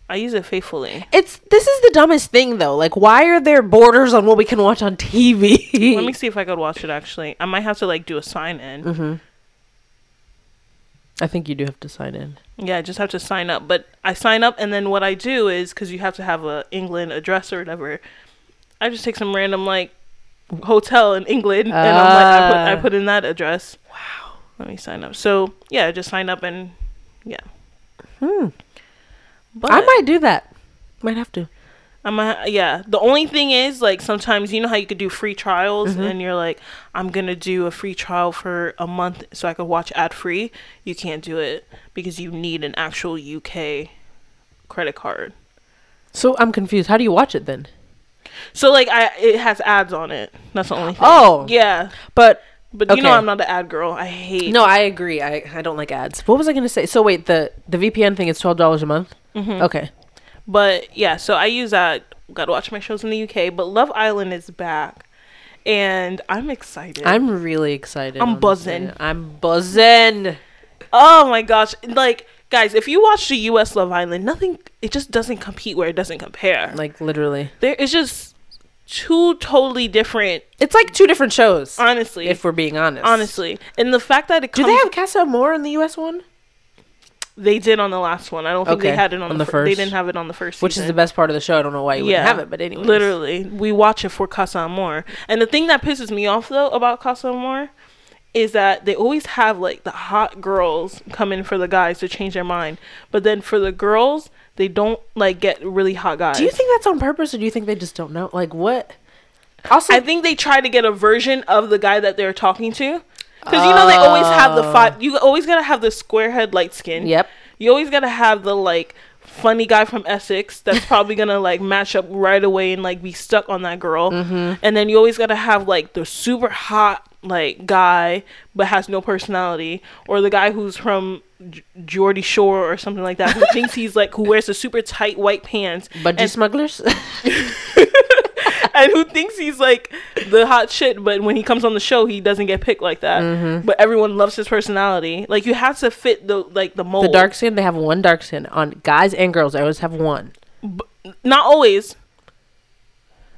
Speaker 1: I use it faithfully.
Speaker 2: It's this is the dumbest thing though. Like, why are there borders on what we can watch on TV?
Speaker 1: Let me see if I could watch it. Actually, I might have to like do a sign in.
Speaker 2: I think you do have to sign in.
Speaker 1: Yeah, I just have to sign up. But I sign up, and then what I do is because you have to have a England address or whatever. I just take some random like hotel in England, and I'm like, I put I
Speaker 2: Ah.
Speaker 1: put in that address. Wow. Let me sign up. So yeah, I just sign up and yeah.
Speaker 2: Hmm.
Speaker 1: But
Speaker 2: I might do that. Might have to.
Speaker 1: I'm a, yeah. The only thing is like sometimes you know how you could do free trials
Speaker 2: Mm-hmm.
Speaker 1: and you're like I'm going to do a free trial for a month so I could watch ad free. You can't do it because you need an actual UK credit card.
Speaker 2: So I'm confused. How do you watch it then?
Speaker 1: So like I it has ads on it. That's the only thing.
Speaker 2: Oh.
Speaker 1: Yeah.
Speaker 2: But
Speaker 1: But you know
Speaker 2: Okay.
Speaker 1: I'm not an ad girl. I hate
Speaker 2: no, I agree. I I don't like ads. What was I gonna say? So wait, the the VPN thing is twelve dollars a month. Okay.
Speaker 1: But yeah, so I use that. Gotta watch my shows in the UK. But Love Island is back. And I'm excited.
Speaker 2: I'm really excited.
Speaker 1: I'm
Speaker 2: honestly.
Speaker 1: buzzing.
Speaker 2: I'm buzzing.
Speaker 1: oh my gosh. Like, guys, if you watch the US Love Island, nothing it just doesn't compete where it doesn't compare.
Speaker 2: Like literally.
Speaker 1: There it's just two totally different.
Speaker 2: It's like two different shows.
Speaker 1: Honestly,
Speaker 2: if we're being honest.
Speaker 1: honestly, and the fact that it
Speaker 2: Do
Speaker 1: comes,
Speaker 2: they have Casa More in the US one?
Speaker 1: they did on the last one. I don't think they
Speaker 2: Okay,
Speaker 1: had it on, the, first. They
Speaker 2: first.
Speaker 1: didn't have it on the first,
Speaker 2: Which is
Speaker 1: season.
Speaker 2: the best part of the show. I don't know why you wouldn't have it, but anyway.
Speaker 1: Literally, we watch it for Casa Amor. And the thing that pisses me off though about Casa Amor is that they always have like the hot girls come in for the guys to change their mind, but then for the girls, they don't like get really hot guys.
Speaker 2: Do you think that's on purpose or do you think they just don't know? Like what? Also
Speaker 1: I think they try to get a version of the guy that they're talking to. Because you know they always have the
Speaker 2: Oh.
Speaker 1: five. You always gotta have the square head, light skin.
Speaker 2: Yep.
Speaker 1: You always gotta have the like funny guy from Essex that's probably gonna like match up right away and like be stuck on that girl. And then you always gotta have like the super hot like guy but has no personality, or the guy who's from J- Geordie Shore or something like that who thinks he's like who wears the super tight white pants
Speaker 2: Budgie
Speaker 1: and
Speaker 2: smugglers?
Speaker 1: and who thinks he's like the hot shit, but when he comes on the show, he doesn't get picked like that. But everyone loves his personality. Like you have to fit the like the mold.
Speaker 2: the dark skin, they have one dark skin on guys and girls. They always have one.
Speaker 1: not always.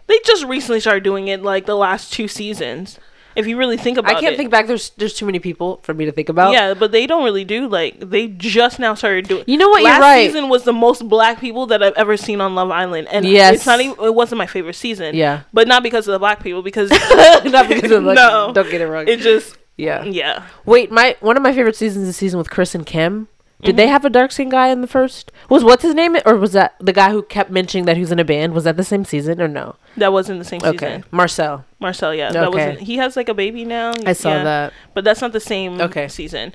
Speaker 1: They just recently started doing it, like the last two seasons. If you really think about
Speaker 2: I
Speaker 1: it,
Speaker 2: can't think back. There's there's too many people for me to think about.
Speaker 1: Yeah, but they don't really do like they just now started doing.
Speaker 2: You know what? You're
Speaker 1: Last
Speaker 2: right.
Speaker 1: season was the most black people that I've ever seen on Love Island, and
Speaker 2: Yes.
Speaker 1: it's not even it wasn't my favorite season.
Speaker 2: Yeah.
Speaker 1: but not because of the black people, because
Speaker 2: Not because of like,
Speaker 1: No.
Speaker 2: don't get it wrong.
Speaker 1: it just
Speaker 2: yeah.
Speaker 1: yeah.
Speaker 2: Wait, my one of my favorite seasons is the season with Chris and Kim. Did
Speaker 1: Mm-hmm.
Speaker 2: they have a dark skinned guy in the first? Was what's his name or was that the guy who kept mentioning that he was in a band? Was that the same season or no?
Speaker 1: That was in the same
Speaker 2: Okay.
Speaker 1: season.
Speaker 2: Marcel.
Speaker 1: Marcel, yeah. That
Speaker 2: Okay.
Speaker 1: wasn't he has like a baby now.
Speaker 2: I saw
Speaker 1: yeah.
Speaker 2: that.
Speaker 1: But that's not the same
Speaker 2: Okay.
Speaker 1: season.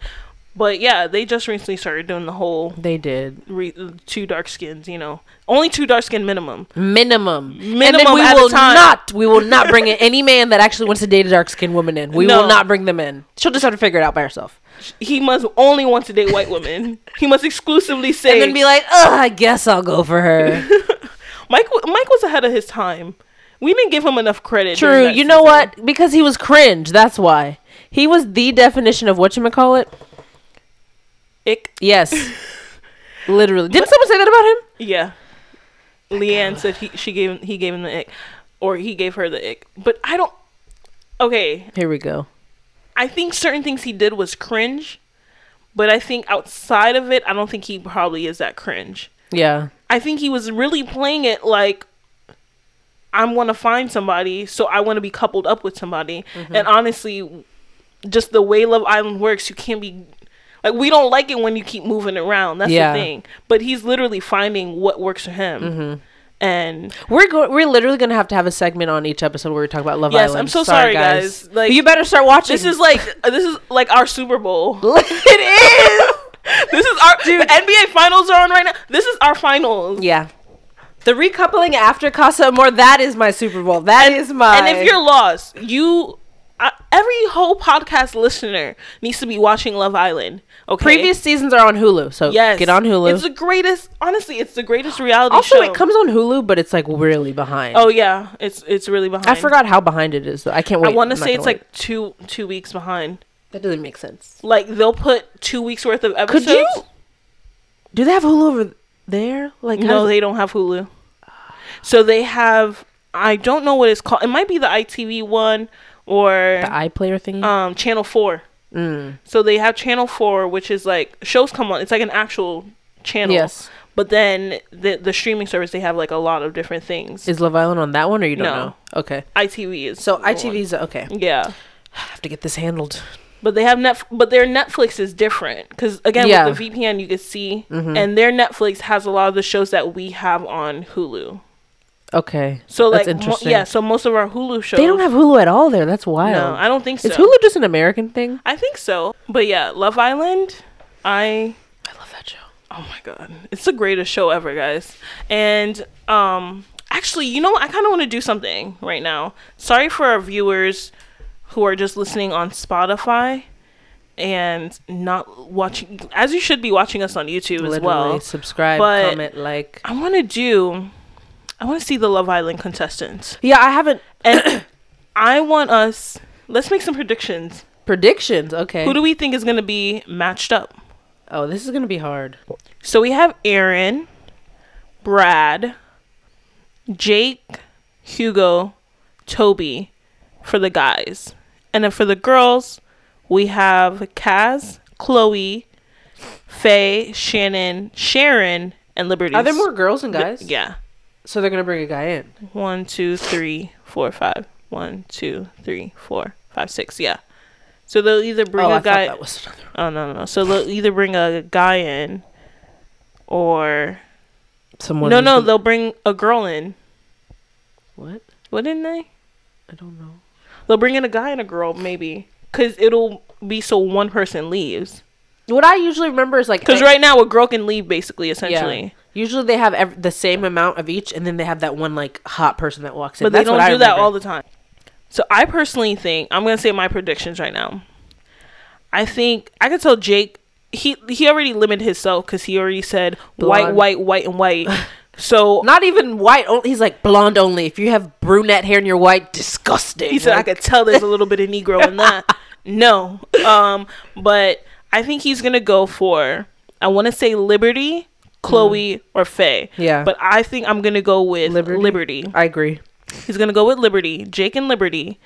Speaker 1: But yeah, they just recently started doing the whole
Speaker 2: They did.
Speaker 1: re- two dark skins, you know. Only two dark skin minimum.
Speaker 2: Minimum. and then
Speaker 1: Minimum
Speaker 2: we
Speaker 1: at a
Speaker 2: will
Speaker 1: time.
Speaker 2: not we will not bring in any man that actually wants to date a dark skinned woman in. We
Speaker 1: No.
Speaker 2: will not bring them in. She'll just have to figure it out by herself.
Speaker 1: He must only want to date white women. he must exclusively say
Speaker 2: And then be like, Ugh, I guess I'll go for her.
Speaker 1: Mike w- Mike was ahead of his time. We didn't give him enough credit. during
Speaker 2: True.
Speaker 1: that
Speaker 2: You know
Speaker 1: season.
Speaker 2: what? Because he was cringe, that's why. He was the definition of what you call it.
Speaker 1: Ick.
Speaker 2: Yes. Literally. Didn't someone say that about him?
Speaker 1: Yeah. Leanne said he she gave him he gave him the ick. Or he gave her the ick. But I don't Okay,
Speaker 2: Here we go.
Speaker 1: I think certain things he did was cringe, but I think outside of it, I don't think he probably is that cringe.
Speaker 2: Yeah.
Speaker 1: I think he was really playing it like I'm going to find somebody, so I want to be coupled up with somebody. And honestly, just the way Love Island works, you can't be like we don't like it when you keep moving around. That's
Speaker 2: Yeah.
Speaker 1: the thing. But he's literally finding what works for him. And
Speaker 2: We're go- we're literally gonna have to have a segment on each episode where we talk about Love
Speaker 1: Yes,
Speaker 2: Island.
Speaker 1: I'm so sorry, guys. Like-
Speaker 2: you better start watching.
Speaker 1: this is like this is like our Super Bowl.
Speaker 2: it
Speaker 1: This is our the NBA finals are on right now. This is our finals.
Speaker 2: is. yeah. The recoupling after Casa Amor, that is my Super Bowl. That is my.
Speaker 1: And if you're lost, you uh, every whole podcast listener needs to be watching Love Island. Okay.
Speaker 2: previous seasons are on Hulu, so
Speaker 1: yes,
Speaker 2: get on Hulu.
Speaker 1: It's the greatest. Honestly, it's the greatest reality
Speaker 2: also,
Speaker 1: show.
Speaker 2: it comes on Hulu, but it's like really behind.
Speaker 1: Oh yeah, it's it's really behind.
Speaker 2: I forgot how behind it is. Though. I can't
Speaker 1: I
Speaker 2: wait.
Speaker 1: want to
Speaker 2: I'm not
Speaker 1: say
Speaker 2: gonna
Speaker 1: it's
Speaker 2: wait.
Speaker 1: like two two weeks behind.
Speaker 2: that doesn't make sense.
Speaker 1: Like they'll put two weeks worth of
Speaker 2: Could
Speaker 1: episodes.
Speaker 2: you? Do they have Hulu over there? Like how
Speaker 1: No,
Speaker 2: does-
Speaker 1: they don't have Hulu. So they have I don't know what it's called. It might be the ITV one or
Speaker 2: the iPlayer thingy.
Speaker 1: um channel 4
Speaker 2: Mm.
Speaker 1: so they have channel 4 which is like shows come on it's like an actual channel
Speaker 2: Yes.
Speaker 1: but then the the streaming service they have like a lot of different things
Speaker 2: Is Love Island on that one or you don't
Speaker 1: No.
Speaker 2: know? Okay.
Speaker 1: itv is
Speaker 2: So
Speaker 1: the one.
Speaker 2: ITV's okay.
Speaker 1: yeah
Speaker 2: I have to get this handled.
Speaker 1: but they have net but their netflix is different because again
Speaker 2: Yeah. Mm-hmm.
Speaker 1: with the vpn you can see and their netflix has a lot of the shows that we have on hulu
Speaker 2: Okay.
Speaker 1: so like
Speaker 2: That's
Speaker 1: mo-
Speaker 2: interesting.
Speaker 1: yeah so most of our hulu shows
Speaker 2: They don't have Hulu at all there. That's wild.
Speaker 1: no i don't think so
Speaker 2: Is Hulu just an American thing?
Speaker 1: i think so but yeah love island i
Speaker 2: I love that show.
Speaker 1: Oh my god, it's the greatest show ever, guys. And um, actually, you know, what? I kind of want to do something right now. Sorry for our viewers who are just listening on Spotify and not watching, as you should be watching us on YouTube
Speaker 2: Literally.
Speaker 1: as well.
Speaker 2: Subscribe,
Speaker 1: But-
Speaker 2: comment, like.
Speaker 1: I want to do. I want to see the Love Island contestants,
Speaker 2: Yeah, I haven't
Speaker 1: and I want us. Let's make some predictions.
Speaker 2: predictions. Okay.
Speaker 1: Who do we think is going to be matched up?
Speaker 2: oh, this is gonna be hard.
Speaker 1: So we have Aaron, Brad, Jake, Hugo, Toby for the guys. And then for the girls, we have Kaz, Chloe, Faye, Shannon, Sharon, and Liberty.
Speaker 2: Are there more girls than guys?
Speaker 1: Yeah.
Speaker 2: So they're gonna bring a guy in.
Speaker 1: One, two, three, four, five. One, two, three, four, five, six. Yeah. So they'll either bring
Speaker 2: oh,
Speaker 1: a
Speaker 2: I
Speaker 1: guy.
Speaker 2: thought that was another.
Speaker 1: Oh no, no, no. So they'll either bring a guy in, or
Speaker 2: Someone.
Speaker 1: no,
Speaker 2: who's
Speaker 1: no,
Speaker 2: gonna-
Speaker 1: they'll bring a girl in,
Speaker 2: What?
Speaker 1: wouldn't they?
Speaker 2: I don't know.
Speaker 1: They'll bring in a guy and a girl, maybe, because it'll be so one person leaves.
Speaker 2: What I usually remember is like
Speaker 1: Because
Speaker 2: I-
Speaker 1: right now a girl can leave basically,
Speaker 2: yeah.
Speaker 1: essentially.
Speaker 2: Usually they have ev- the same amount of each, and then they have that one like hot person that walks in.
Speaker 1: But they
Speaker 2: That's
Speaker 1: don't
Speaker 2: what I
Speaker 1: do that
Speaker 2: remember.
Speaker 1: all the time. So I personally think I'm gonna say my predictions right now. I think I could tell Jake he he already limited himself because he already said
Speaker 2: Blonde.
Speaker 1: white, white, white, and white. So
Speaker 2: Not even white. Only, he's like blonde only. If you have brunette hair and you're white, disgusting.
Speaker 1: he said I
Speaker 2: Like,
Speaker 1: could tell there's a little bit of Negro in that. No, um, but I think he's gonna go for I want to say Liberty, Chloe, or Faye.
Speaker 2: Mm. Yeah.
Speaker 1: but I think I'm gonna go with
Speaker 2: Liberty?
Speaker 1: Liberty.
Speaker 2: I agree.
Speaker 1: He's gonna go with Liberty, Jake and Liberty.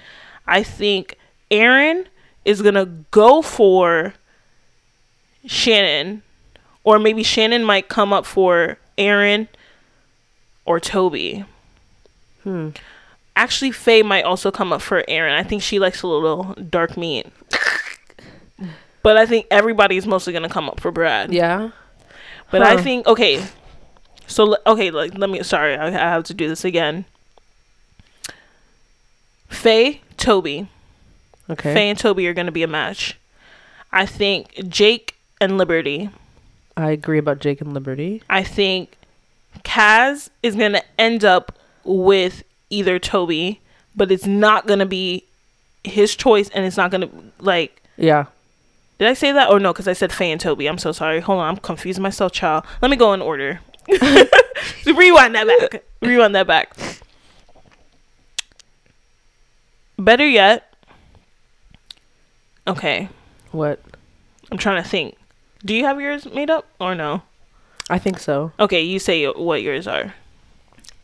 Speaker 1: I think Aaron is gonna go for Shannon, or maybe Shannon might come up for Aaron or Toby. Actually, Faye might also come up for Aaron. I think she likes a little dark meat. But I think everybody's mostly gonna come up for Brad.
Speaker 2: Yeah.
Speaker 1: But I
Speaker 2: Huh.
Speaker 1: think okay. So l- okay, like let me. Sorry, I, I have to do this again. Faye, Toby,
Speaker 2: Okay.
Speaker 1: Faye and Toby are going to be a match. I think Jake and Liberty.
Speaker 2: I agree about Jake and Liberty.
Speaker 1: I think Kaz is going to end up with either Toby, but it's not going to be his choice, and it's not going to like.
Speaker 2: Yeah.
Speaker 1: Did I say that? Oh no, because I said Faye and Toby. I'm so sorry. Hold on, I'm confusing myself, child. Let me go in order. Rewind that back. Rewind that back. Better yet. Okay,
Speaker 2: What?
Speaker 1: I'm trying to think. Do you have yours made up or no?
Speaker 2: I think so.
Speaker 1: Okay, you say y- what yours are.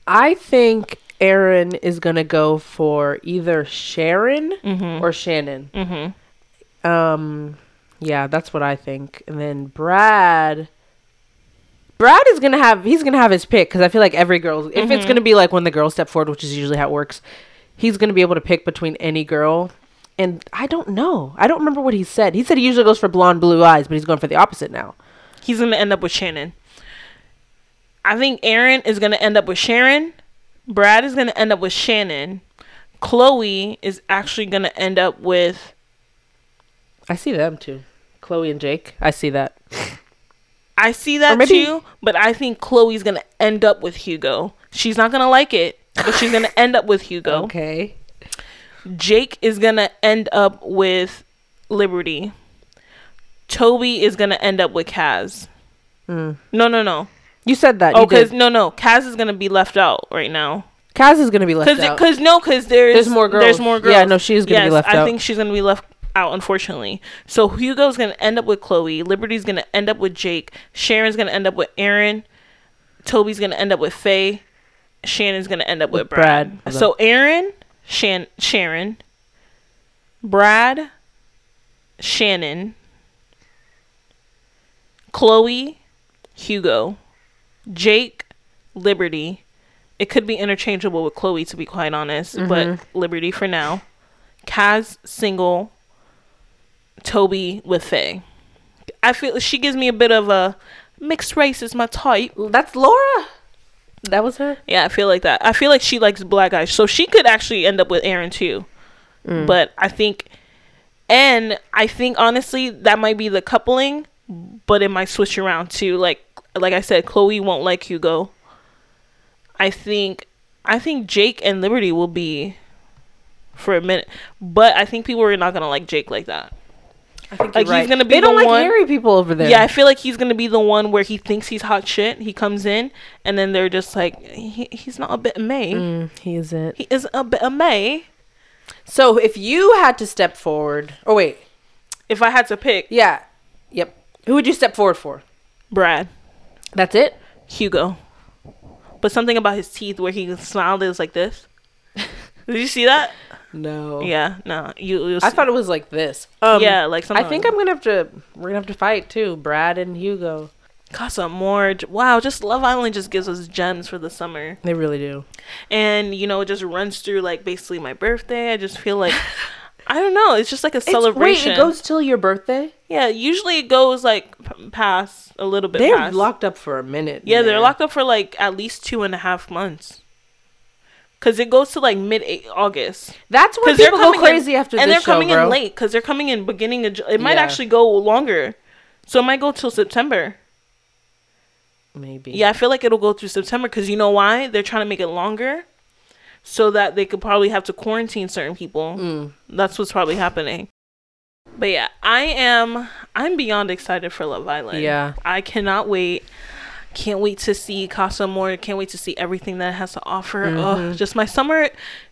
Speaker 2: I think Aaron is gonna go for either Sharon or Shannon.
Speaker 1: Mm-hmm.
Speaker 2: Um, yeah, that's what I think. And then Brad. Brad is gonna have he's gonna have his pick because I feel like every girl if it's gonna be like when the girls step forward, which is usually how it works, he's gonna be able to pick between any girl. And I don't know. I don't remember what he said. He said he usually goes for blonde blue eyes, but he's going for the opposite now.
Speaker 1: He's gonna end up with Shannon. I think Aaron is gonna end up with Sharon. Brad is gonna end up with Shannon. Chloe is actually gonna end up with.
Speaker 2: I see them too. Chloe and Jake. I see that.
Speaker 1: I see that
Speaker 2: Or maybe-
Speaker 1: too, but I think Chloe's gonna end up with Hugo. She's not gonna like it, but she's gonna end up with Hugo.
Speaker 2: Okay.
Speaker 1: Jake is gonna end up with Liberty. Toby is gonna end up with Kaz. No, no, no.
Speaker 2: You said that.
Speaker 1: Oh,
Speaker 2: Hmm. you did.
Speaker 1: because no, no. Kaz is gonna be left out right now.
Speaker 2: Kaz is gonna be left
Speaker 1: Cause,
Speaker 2: out.
Speaker 1: it, cause no, cause there's
Speaker 2: There's more girls.
Speaker 1: There's more girls.
Speaker 2: Yeah, no, she is gonna be left
Speaker 1: I
Speaker 2: out.
Speaker 1: think she's gonna be left out, unfortunately. So Hugo's gonna end up with Chloe. Liberty's gonna end up with Jake. Sharon's gonna end up with Aaron. Toby's gonna end up with Faye. Shannon's gonna end up with,
Speaker 2: With
Speaker 1: Brad.
Speaker 2: Brad.
Speaker 1: So Aaron, Shan, Sharon, Brad, Shannon, Chloe, Hugo, Jake, Liberty. It could be interchangeable with Chloe, to be quite honest, but Liberty for now. Kaz single, Toby with Faye. I feel she gives me a bit of a mixed race is my type.
Speaker 2: That's Laura. That was her.
Speaker 1: Yeah, I feel like that. I feel like she likes black guys, so she could actually end up with Aaron too. But I think, and I think honestly, that might be the coupling, but it might switch around too. Like, like I said, Chloe won't like Hugo. I think, I think Jake and Liberty will be for a minute, but I think people are not gonna like Jake like that.
Speaker 2: I think
Speaker 1: Like, he's gonna be
Speaker 2: They don't
Speaker 1: the
Speaker 2: like
Speaker 1: one-
Speaker 2: hairy people over there.
Speaker 1: Yeah, I feel like he's gonna be the one where he thinks he's hot shit. He comes in, and then they're just like, he, he's not a bit of me.
Speaker 2: Mm, he isn't.
Speaker 1: He is a bit of me.
Speaker 2: So if you had to step forward, oh wait,
Speaker 1: If I had to pick,
Speaker 2: yeah, yep. Who would you step forward for?
Speaker 1: Brad,
Speaker 2: That's it.
Speaker 1: Hugo. But something about his teeth where he smiled is like this. Did you see that?
Speaker 2: No.
Speaker 1: Yeah, no. You. You'll see.
Speaker 2: I thought it was like this. Um,
Speaker 1: yeah, like something.
Speaker 2: I think
Speaker 1: like
Speaker 2: I'm gonna have to. We're gonna have to fight too, Brad and Hugo.
Speaker 1: that. got some more. Wow, just Love Island just gives us gems for the summer,
Speaker 2: They really do.
Speaker 1: and you know, it just runs through like basically my birthday. I just feel like. I don't know. It's just like a celebration.
Speaker 2: Wait, it goes till your birthday.
Speaker 1: yeah, usually it goes like p- past a little bit.
Speaker 2: They're
Speaker 1: past.
Speaker 2: locked up for a minute.
Speaker 1: Yeah, they're
Speaker 2: there.
Speaker 1: locked up for like at least two and a half months. Cause it goes to like mid August.
Speaker 2: That's when
Speaker 1: Cause they're
Speaker 2: people go
Speaker 1: coming
Speaker 2: crazy
Speaker 1: in,
Speaker 2: after
Speaker 1: and
Speaker 2: this
Speaker 1: they're coming
Speaker 2: show, bro.
Speaker 1: in late. Cause they're coming in beginning of. Ju- It might
Speaker 2: Yeah.
Speaker 1: actually go longer, so it might go till September.
Speaker 2: Maybe.
Speaker 1: Yeah, I feel like it'll go through September. Cause you know why? They're trying to make it longer, so that they could probably have to quarantine certain people.
Speaker 2: Mm.
Speaker 1: That's what's probably happening. But yeah, I am I'm beyond excited for Love Island.
Speaker 2: Yeah.
Speaker 1: I cannot wait. Can't wait to see Casa More. Can't wait to see everything that it has to offer.
Speaker 2: Mm-hmm.
Speaker 1: Ugh, just my summer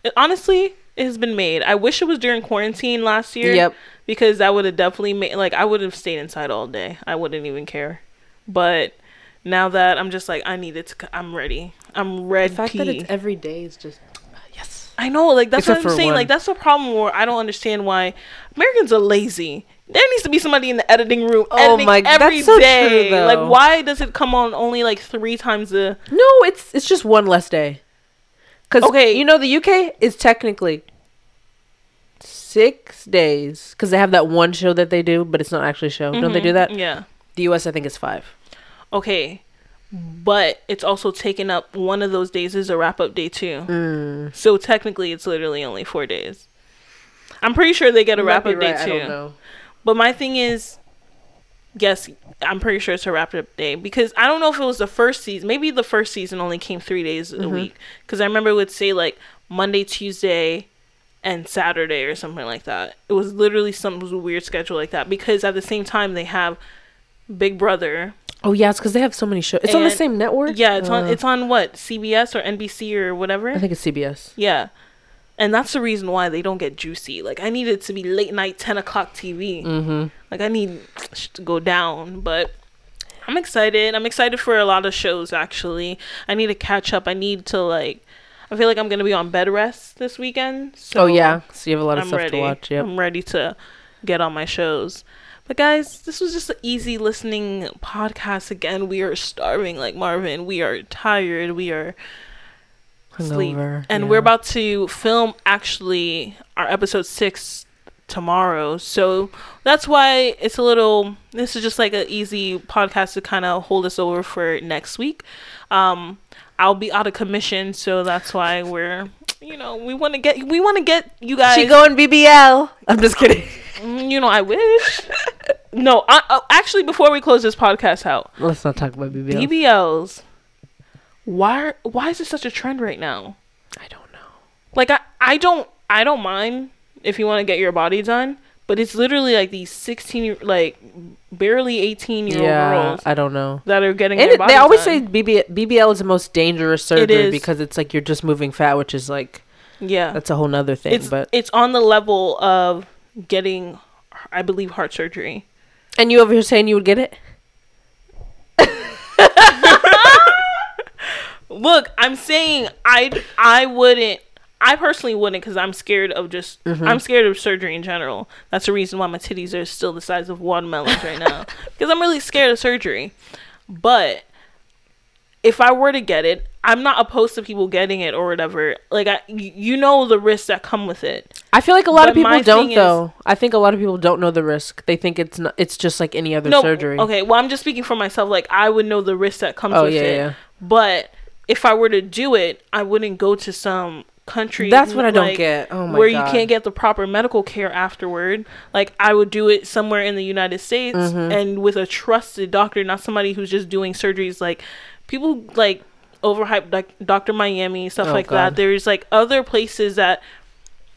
Speaker 1: it- honestly, it has been made. I wish it was during quarantine last year.
Speaker 2: Yep.
Speaker 1: Because that would have definitely made like I would have stayed inside all day. I wouldn't even care. But now that I'm just like I need it to c- I'm ready. I'm ready.
Speaker 2: The fact that it's every day is just yes.
Speaker 1: I know, like that's
Speaker 2: Except
Speaker 1: what
Speaker 2: for
Speaker 1: I'm saying.
Speaker 2: one.
Speaker 1: Like that's the problem where I don't understand why Americans are lazy. There needs to be somebody in the editing room
Speaker 2: Oh
Speaker 1: editing
Speaker 2: my-
Speaker 1: every
Speaker 2: that's
Speaker 1: day.
Speaker 2: so true, though.
Speaker 1: like why does it come on only like three times a
Speaker 2: No, it's it's just one less day. Cause
Speaker 1: Okay.
Speaker 2: you know the UK is technically six days because they have that one show that they do, but it's not actually a show. Don't they do that?
Speaker 1: Mm-hmm. Yeah.
Speaker 2: The US, I think, is five.
Speaker 1: Okay. But it's also taken up one of those days is a wrap up day too.
Speaker 2: Mm.
Speaker 1: So technically it's literally only four days. I'm pretty sure they get a wrap up day too. But my thing is, yes, I'm pretty sure it's a wrap up day because I don't know if it was the first season. Maybe the first season only came three days
Speaker 2: Mm-hmm.
Speaker 1: a week because I remember it would say like Monday, Tuesday, and Saturday or something like that. It was literally some it was a weird schedule like that because at the same time they have Big Brother.
Speaker 2: Oh yeah, it's because they have so many shows. It's on the
Speaker 1: And-
Speaker 2: same network.
Speaker 1: Yeah, it's on
Speaker 2: Uh,
Speaker 1: it's on what CBS or NBC or whatever.
Speaker 2: I think it's CBS.
Speaker 1: Yeah. And that's the reason why they don't get juicy. Like, I need it to be late night, 10 o'clock TV. Mm-hmm. Like, I need shit to go down. But I'm excited. I'm excited for a lot of shows, actually. I need to catch up. I need to, like, I feel like I'm going to be on bed rest this weekend. So
Speaker 2: oh yeah, so you have a lot of
Speaker 1: I'm
Speaker 2: stuff
Speaker 1: ready.
Speaker 2: to watch. Yep.
Speaker 1: I'm ready to get on my shows. But guys, this was just an easy listening podcast. Again, we are starving like Marvin. We are tired. We are sleep.
Speaker 2: Hungover,
Speaker 1: And
Speaker 2: yeah.
Speaker 1: we're about to film actually our episode six tomorrow. So that's why it's a little this is just like an easy podcast to kind of hold us over for next week. Um I'll be out of commission, so that's why we're you know, we want to get we want to get you guys
Speaker 2: She going BBL. I'm just kidding.
Speaker 1: Mm, you know, I wish. no, I, oh, actually before we close this podcast out,
Speaker 2: Let's not talk about BBL.
Speaker 1: BBLs why are- why is it such a trend right now?
Speaker 2: I don't know.
Speaker 1: like I, I don't I don't mind if you want to get your body done, but it's literally like these sixteen year- like barely eighteen year old
Speaker 2: Yeah,
Speaker 1: girls
Speaker 2: I don't know.
Speaker 1: that are getting
Speaker 2: And
Speaker 1: their
Speaker 2: it,
Speaker 1: body
Speaker 2: they always
Speaker 1: done.
Speaker 2: say BB, BBL is the most dangerous surgery
Speaker 1: is.
Speaker 2: because it's like you're just moving fat, which is like
Speaker 1: yeah
Speaker 2: that's a whole nother thing.
Speaker 1: it's
Speaker 2: but
Speaker 1: it's on the level of getting I believe heart surgery.
Speaker 2: and you over here saying you would get it?
Speaker 1: Look, I'm saying I I wouldn't. I personally wouldn't because I'm scared of just
Speaker 2: Mm-hmm.
Speaker 1: I'm scared of surgery in general. That's the reason why my titties are still the size of watermelons right now because I'm really scared of surgery. But if I were to get it, I'm not opposed to people getting it or whatever. Like I, y- you know, the risks that come with it.
Speaker 2: I feel like a lot
Speaker 1: But
Speaker 2: of people
Speaker 1: my
Speaker 2: don't
Speaker 1: thing is-
Speaker 2: though. I think a lot of people don't know the risk. They think it's not. It's just like any other
Speaker 1: No,
Speaker 2: surgery.
Speaker 1: okay. Well, I'm just speaking for myself. Like I would know the risks that comes
Speaker 2: Oh,
Speaker 1: with
Speaker 2: yeah,
Speaker 1: it.
Speaker 2: yeah.
Speaker 1: But if I were to do it, I wouldn't go to some country.
Speaker 2: That's what I don't
Speaker 1: like,
Speaker 2: get. Oh my
Speaker 1: where
Speaker 2: God.
Speaker 1: you can't get the proper medical care afterward. Like I would do it somewhere in the United States
Speaker 2: Mm-hmm.
Speaker 1: and with a trusted doctor, not somebody who's just doing surgeries. Like people like overhyped doc- Doctor Miami stuff
Speaker 2: Oh,
Speaker 1: like
Speaker 2: God.
Speaker 1: that. There's like other places that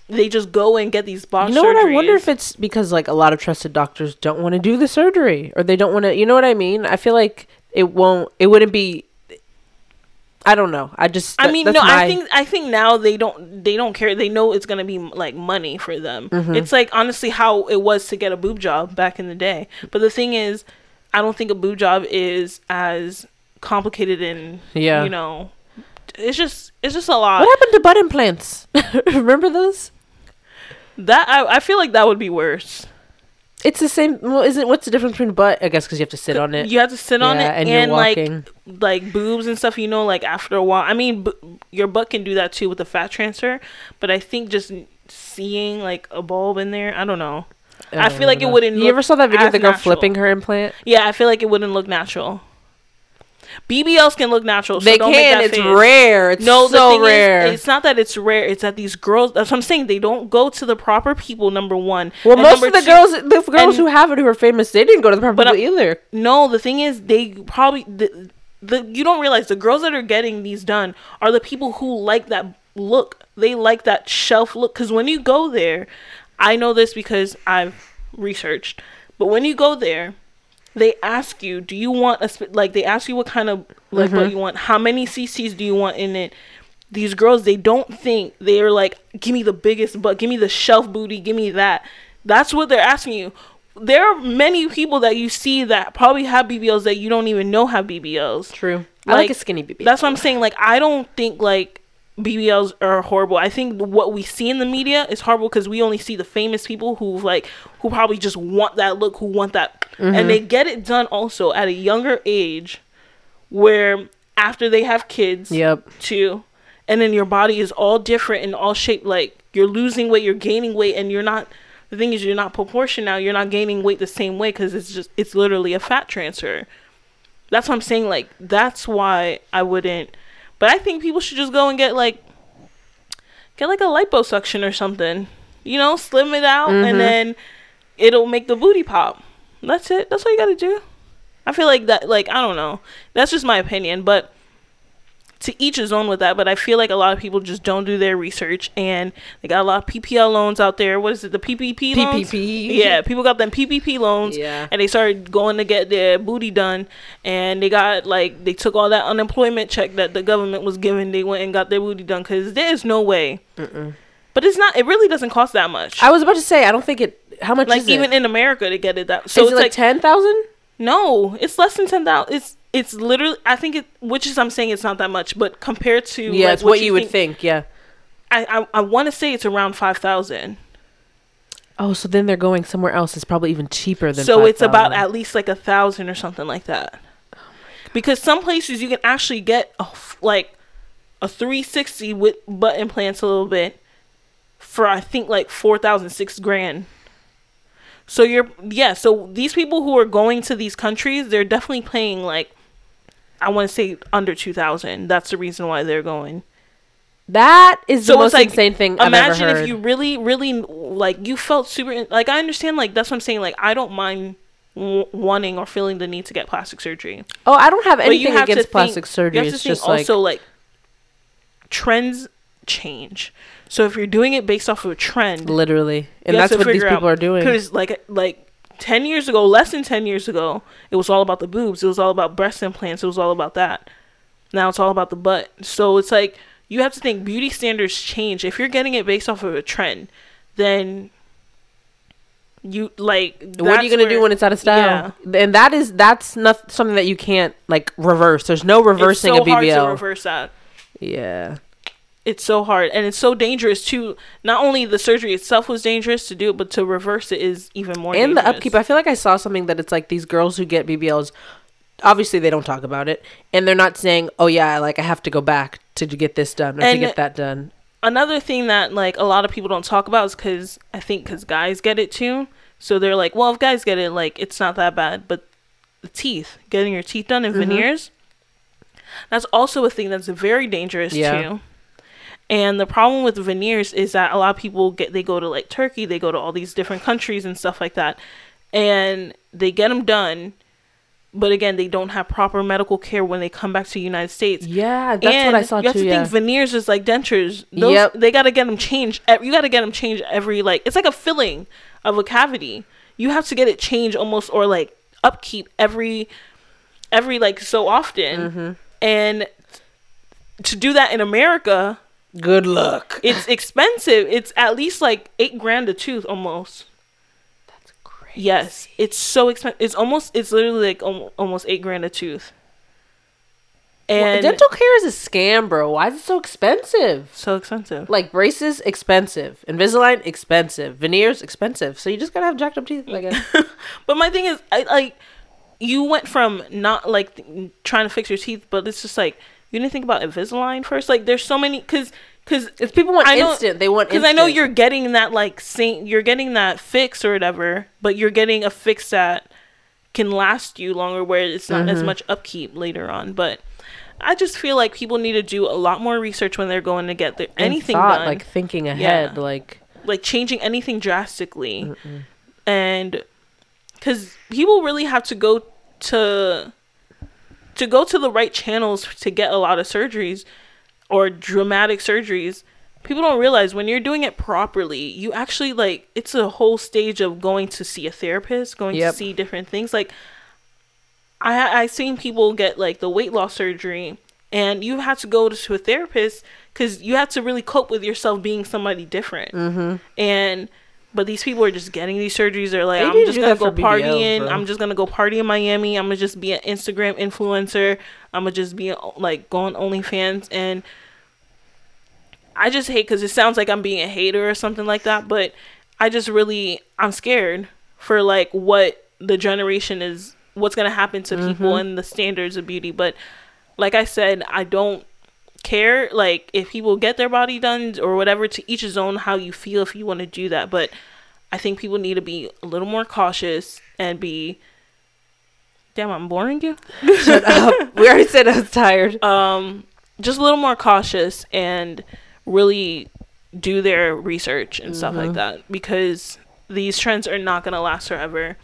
Speaker 1: they just go and get these box.
Speaker 2: You know what? I wonder
Speaker 1: surgeries.
Speaker 2: if it's because like a lot of trusted doctors don't want to do the surgery, or they don't want to. You know what I mean? I feel like it won't. It wouldn't be. I don't know. I just.
Speaker 1: I
Speaker 2: that-
Speaker 1: mean,
Speaker 2: that's
Speaker 1: no, I
Speaker 2: my-
Speaker 1: think I think now they don't they don't care. They know it's gonna be like money for them.
Speaker 2: Mm-hmm.
Speaker 1: It's like honestly how it was to get a boob job back in the day. But the thing is, I don't think a boob job is as complicated and
Speaker 2: Yeah.
Speaker 1: you know uh, it's just it's just a lot.
Speaker 2: What happened to butt implants? Remember those?
Speaker 1: That I, I feel like that would be worse.
Speaker 2: It's the same. Well, isn't what's the difference between butt? I guess because you have to sit on it.
Speaker 1: You have to sit on it
Speaker 2: Yeah, and
Speaker 1: and,
Speaker 2: you're walking.
Speaker 1: like like boobs and stuff. You know, like after a while. I mean, b- your butt can do that too with the fat transfer, but I think just seeing like a bulb in there, I don't know. I feel like it wouldn't.
Speaker 2: Uh, You
Speaker 1: look
Speaker 2: ever saw that video
Speaker 1: as
Speaker 2: of the girl
Speaker 1: natural.
Speaker 2: flipping her implant?
Speaker 1: Yeah, I feel like it wouldn't look natural. BBLs can look natural. So
Speaker 2: they
Speaker 1: don't
Speaker 2: can.
Speaker 1: Make that
Speaker 2: It's
Speaker 1: face.
Speaker 2: rare. It's
Speaker 1: No, the
Speaker 2: so
Speaker 1: thing
Speaker 2: rare.
Speaker 1: Is, it's not that it's rare. It's that these girls. That's what I'm saying. They don't go to the proper people. Number one.
Speaker 2: well,
Speaker 1: And
Speaker 2: most
Speaker 1: number
Speaker 2: of the
Speaker 1: two-
Speaker 2: girls, the f-
Speaker 1: and-
Speaker 2: girls who have it who are famous, they didn't go to the proper
Speaker 1: But
Speaker 2: people either.
Speaker 1: No, the thing is, they probably the, the you don't realize the girls that are getting these done are the people who like that look. They like that shelf look because when you go there, I know this because I've researched. But when you go there, they ask you, "Do you want a sp-? like?" They ask you what kind of like what you want, how many CCs do you want in it. These girls, they don't think they're like, "Give me the biggest butt, give me the shelf booty, give me that." That's what they're asking you. There are many people that you see that probably have BBLs that you don't even know have BBLs.
Speaker 2: True. I like, a skinny BB.
Speaker 1: That's what I'm saying. Like, I don't think like BBLs are horrible. I think what we see in the media is horrible because we only see the famous people who like who probably just want that look, who want that, and they get it done also at a younger age, where after they have kids,
Speaker 2: Yep.
Speaker 1: too, and then your body is all different and all shaped. Like you're losing weight, you're gaining weight, and you're not. The thing is, you're not proportion now. You're not gaining weight the same way because it's just it's literally a fat transfer that's what I'm saying. Like that's why I wouldn't. But I think people should just go and get like get like a liposuction or something. You know, slim it out, and then it'll make the booty pop. That's it. That's all you gotta do. I feel like that. Like I don't know. That's just my opinion, but to each his own with that. But I feel like a lot of people just don't do their research, and they got a lot of PPL loans out there. What is it? The PPP loans.
Speaker 2: PPP.
Speaker 1: Yeah, people got them PPP loans
Speaker 2: Yeah.
Speaker 1: and they started going to get their booty done and they got like they took all that unemployment check that the government was giving they went and got their booty done because there's no way but it's not it really doesn't cost that much
Speaker 2: I was about to say I don't think it. How much
Speaker 1: like
Speaker 2: is even
Speaker 1: even
Speaker 2: it?
Speaker 1: in america to get it that so
Speaker 2: is
Speaker 1: it's
Speaker 2: it like
Speaker 1: like,
Speaker 2: ten thousand?
Speaker 1: no it's less than 10000 it's it's literally i think it which is i'm saying it's not that much but compared to
Speaker 2: Yeah,
Speaker 1: like,
Speaker 2: it's what you would think. Yeah.
Speaker 1: i i, I want to say it's around 5000
Speaker 2: Oh, so then they're going somewhere else. It's probably even cheaper than.
Speaker 1: so it's about
Speaker 2: 5,000.
Speaker 1: at least like a thousand or something like that because some places you can actually get a f like a 360 with butt implants a little bit for i think like four thousand six grand so you're yeah so these people who are going to these countries they're definitely paying like i want to say under 2000 that's the reason why they're going
Speaker 2: that is the
Speaker 1: so
Speaker 2: most
Speaker 1: it's like
Speaker 2: insane thing. I've ever
Speaker 1: imagine
Speaker 2: heard.
Speaker 1: if you really really like you felt super like i understand like that's what i'm saying like i don't mind w- wanting or feeling the need to get plastic surgery
Speaker 2: Oh, I don't have
Speaker 1: but you
Speaker 2: anything
Speaker 1: have to
Speaker 2: against
Speaker 1: think-
Speaker 2: plastic surgery.
Speaker 1: you have to
Speaker 2: It's
Speaker 1: think
Speaker 2: just like
Speaker 1: also like trends change so if you're doing it based off of a trend
Speaker 2: literally, and that's what these people are doing.
Speaker 1: because like like 10 years ago less than 10 years ago it was all about the boobs it was all about breast implants it was all about that now it's all about the butt so it's like you have to think beauty standards change if you're getting it based off of a trend then you like
Speaker 2: What are you gonna do when it's out of style? And that is that's not something that you can't like reverse. There's no reversing
Speaker 1: it's so
Speaker 2: a BBL.
Speaker 1: hard to reverse that
Speaker 2: Yeah,
Speaker 1: it's so hard and it's so dangerous too not only the surgery itself was dangerous to do it but to reverse it is even more
Speaker 2: and the
Speaker 1: dangerous.
Speaker 2: upkeep. I feel like I saw something that it's like these girls who get BBLs. Obviously, they don't talk about it, and they're not saying, "Oh yeah, like I have to go back to get this done or to
Speaker 1: And-
Speaker 2: get that done."
Speaker 1: another thing that like a lot of people don't talk about is because I think because guys get it too, so they're like, well, if guys get it, like it's not that bad. But the teeth, getting your teeth done in veneers, that's also a thing that's very dangerous
Speaker 2: Yeah.
Speaker 1: too. And the problem with veneers is that a lot of people get they go to like Turkey, they go to all these different countries and stuff like that, and they get them done. But again, they don't have proper medical care when they come back to the United States
Speaker 2: Yeah, that's what I saw
Speaker 1: you have
Speaker 2: too.
Speaker 1: to
Speaker 2: yeah.
Speaker 1: think veneers is like dentures. Those,
Speaker 2: Yep.
Speaker 1: They got to get them changed. ev- You got to get them changed every like it's like a filling of a cavity. You have to get it changed almost or like upkeep every every like so often.
Speaker 2: Mm-hmm.
Speaker 1: And to do that in America,
Speaker 2: Good luck.
Speaker 1: it's expensive. It's at least like eight grand a tooth almost.
Speaker 2: That's great.
Speaker 1: Yes, it's so expensive. It's almost it's literally like al- almost eight grand a tooth. and
Speaker 2: dental care is a scam, bro. Why is it so expensive?
Speaker 1: so expensive.
Speaker 2: Like braces, expensive. Invisalign, expensive. Veneers, expensive. So you just gotta have jacked up teeth, I guess.
Speaker 1: but my thing is, I like you went from not like th- trying to fix your teeth, but it's just like you didn't think about Invisalign first. Like there's so many because because
Speaker 2: if people want
Speaker 1: I know-
Speaker 2: instant, they want
Speaker 1: because I know
Speaker 2: instant.
Speaker 1: you're getting that like same you're getting that fix or whatever, but you're getting a fix that can last you longer where it's not
Speaker 2: Mm-hmm.
Speaker 1: as much upkeep later on. But I just feel like people need to do a lot more research when they're going to get their,
Speaker 2: And
Speaker 1: anything
Speaker 2: thought,
Speaker 1: done,
Speaker 2: like thinking ahead,
Speaker 1: Yeah.
Speaker 2: like
Speaker 1: like changing anything drastically, and because people really have to go to to go to the right channels to get a lot of surgeries or dramatic surgeries people don't realize when you're doing it properly you actually like it's a whole stage of going to see a therapist going
Speaker 2: Yep.
Speaker 1: to see different things like i i seen people get like the weight loss surgery and you have to go to a therapist because you have to really cope with yourself being somebody different mm-hmm. and but these people are just getting these surgeries they're like
Speaker 2: They
Speaker 1: i'm
Speaker 2: need to
Speaker 1: just
Speaker 2: do
Speaker 1: gonna
Speaker 2: that for
Speaker 1: go
Speaker 2: BBL,
Speaker 1: partying
Speaker 2: bro.
Speaker 1: i'm just gonna go party in Miami. I'm gonna just be an Instagram influencer. I'm gonna just be like going OnlyFans, and I just hate because it sounds like I'm being a hater or something like that. But I just really I'm scared for like what the generation is, what's gonna happen to
Speaker 2: Mm-hmm.
Speaker 1: people and the standards of beauty. But like I said, I don't care like if people get their body done or whatever to each his own how you feel if you want to do that but i think people need to be a little more cautious and be damn i'm boring you
Speaker 2: we already said I was tired.
Speaker 1: um just a little more cautious and really do their research and stuff
Speaker 2: Mm-hmm.
Speaker 1: like that because these trends are not going to last forever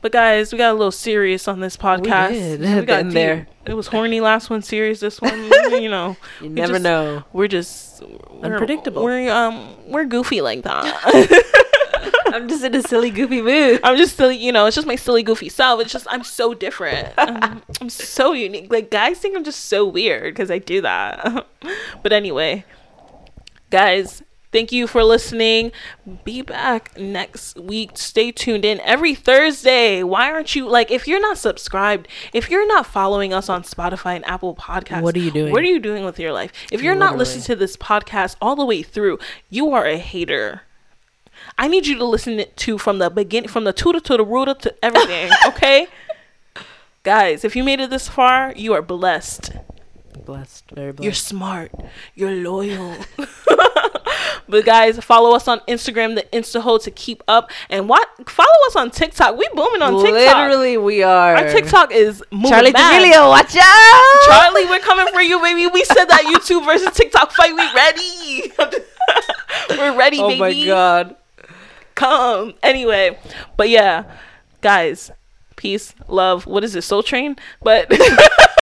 Speaker 1: but guys we got a little serious on this podcast
Speaker 2: did.
Speaker 1: got
Speaker 2: Been
Speaker 1: deep.
Speaker 2: there.
Speaker 1: it was horny last one serious this one you know
Speaker 2: you
Speaker 1: we
Speaker 2: never
Speaker 1: just-
Speaker 2: know.
Speaker 1: we're just we're-
Speaker 2: Unpredictable.
Speaker 1: We're um we're goofy like that.
Speaker 2: I'm just in a silly goofy mood.
Speaker 1: I'm just silly, you know. It's just my silly goofy self. It's just I'm so different. I'm, I'm so unique. Like guys think I'm just so weird because I do that. but anyway, guys. Thank you for listening. Be back next week. Stay tuned in every Thursday. Why aren't you like if you're not subscribed, if you're not following us on Spotify and Apple Podcasts,
Speaker 2: What are you doing?
Speaker 1: What are you doing with your life? If you're not
Speaker 2: Literally.
Speaker 1: listening to this podcast all the way through, you are a hater. I need you to listen it to from the beginning, from the tutor to the rooter to everything. Okay, guys, if you made it this far, you are blessed.
Speaker 2: Blessed, very blessed.
Speaker 1: You're smart. You're loyal. but guys, follow us on Instagram, the InstaHo, to keep up, and what follow us on TikTok. We booming on TikTok.
Speaker 2: Literally, we are.
Speaker 1: Our TikTok is moving
Speaker 2: Charlie
Speaker 1: mad.
Speaker 2: D'Amelio, watch out!
Speaker 1: Charlie, we're coming for you, baby. We said that YouTube versus TikTok fight. We ready. we're ready,
Speaker 2: oh
Speaker 1: baby
Speaker 2: my god.
Speaker 1: come. Anyway, but yeah, guys, peace, love. What is it, Soul Train? But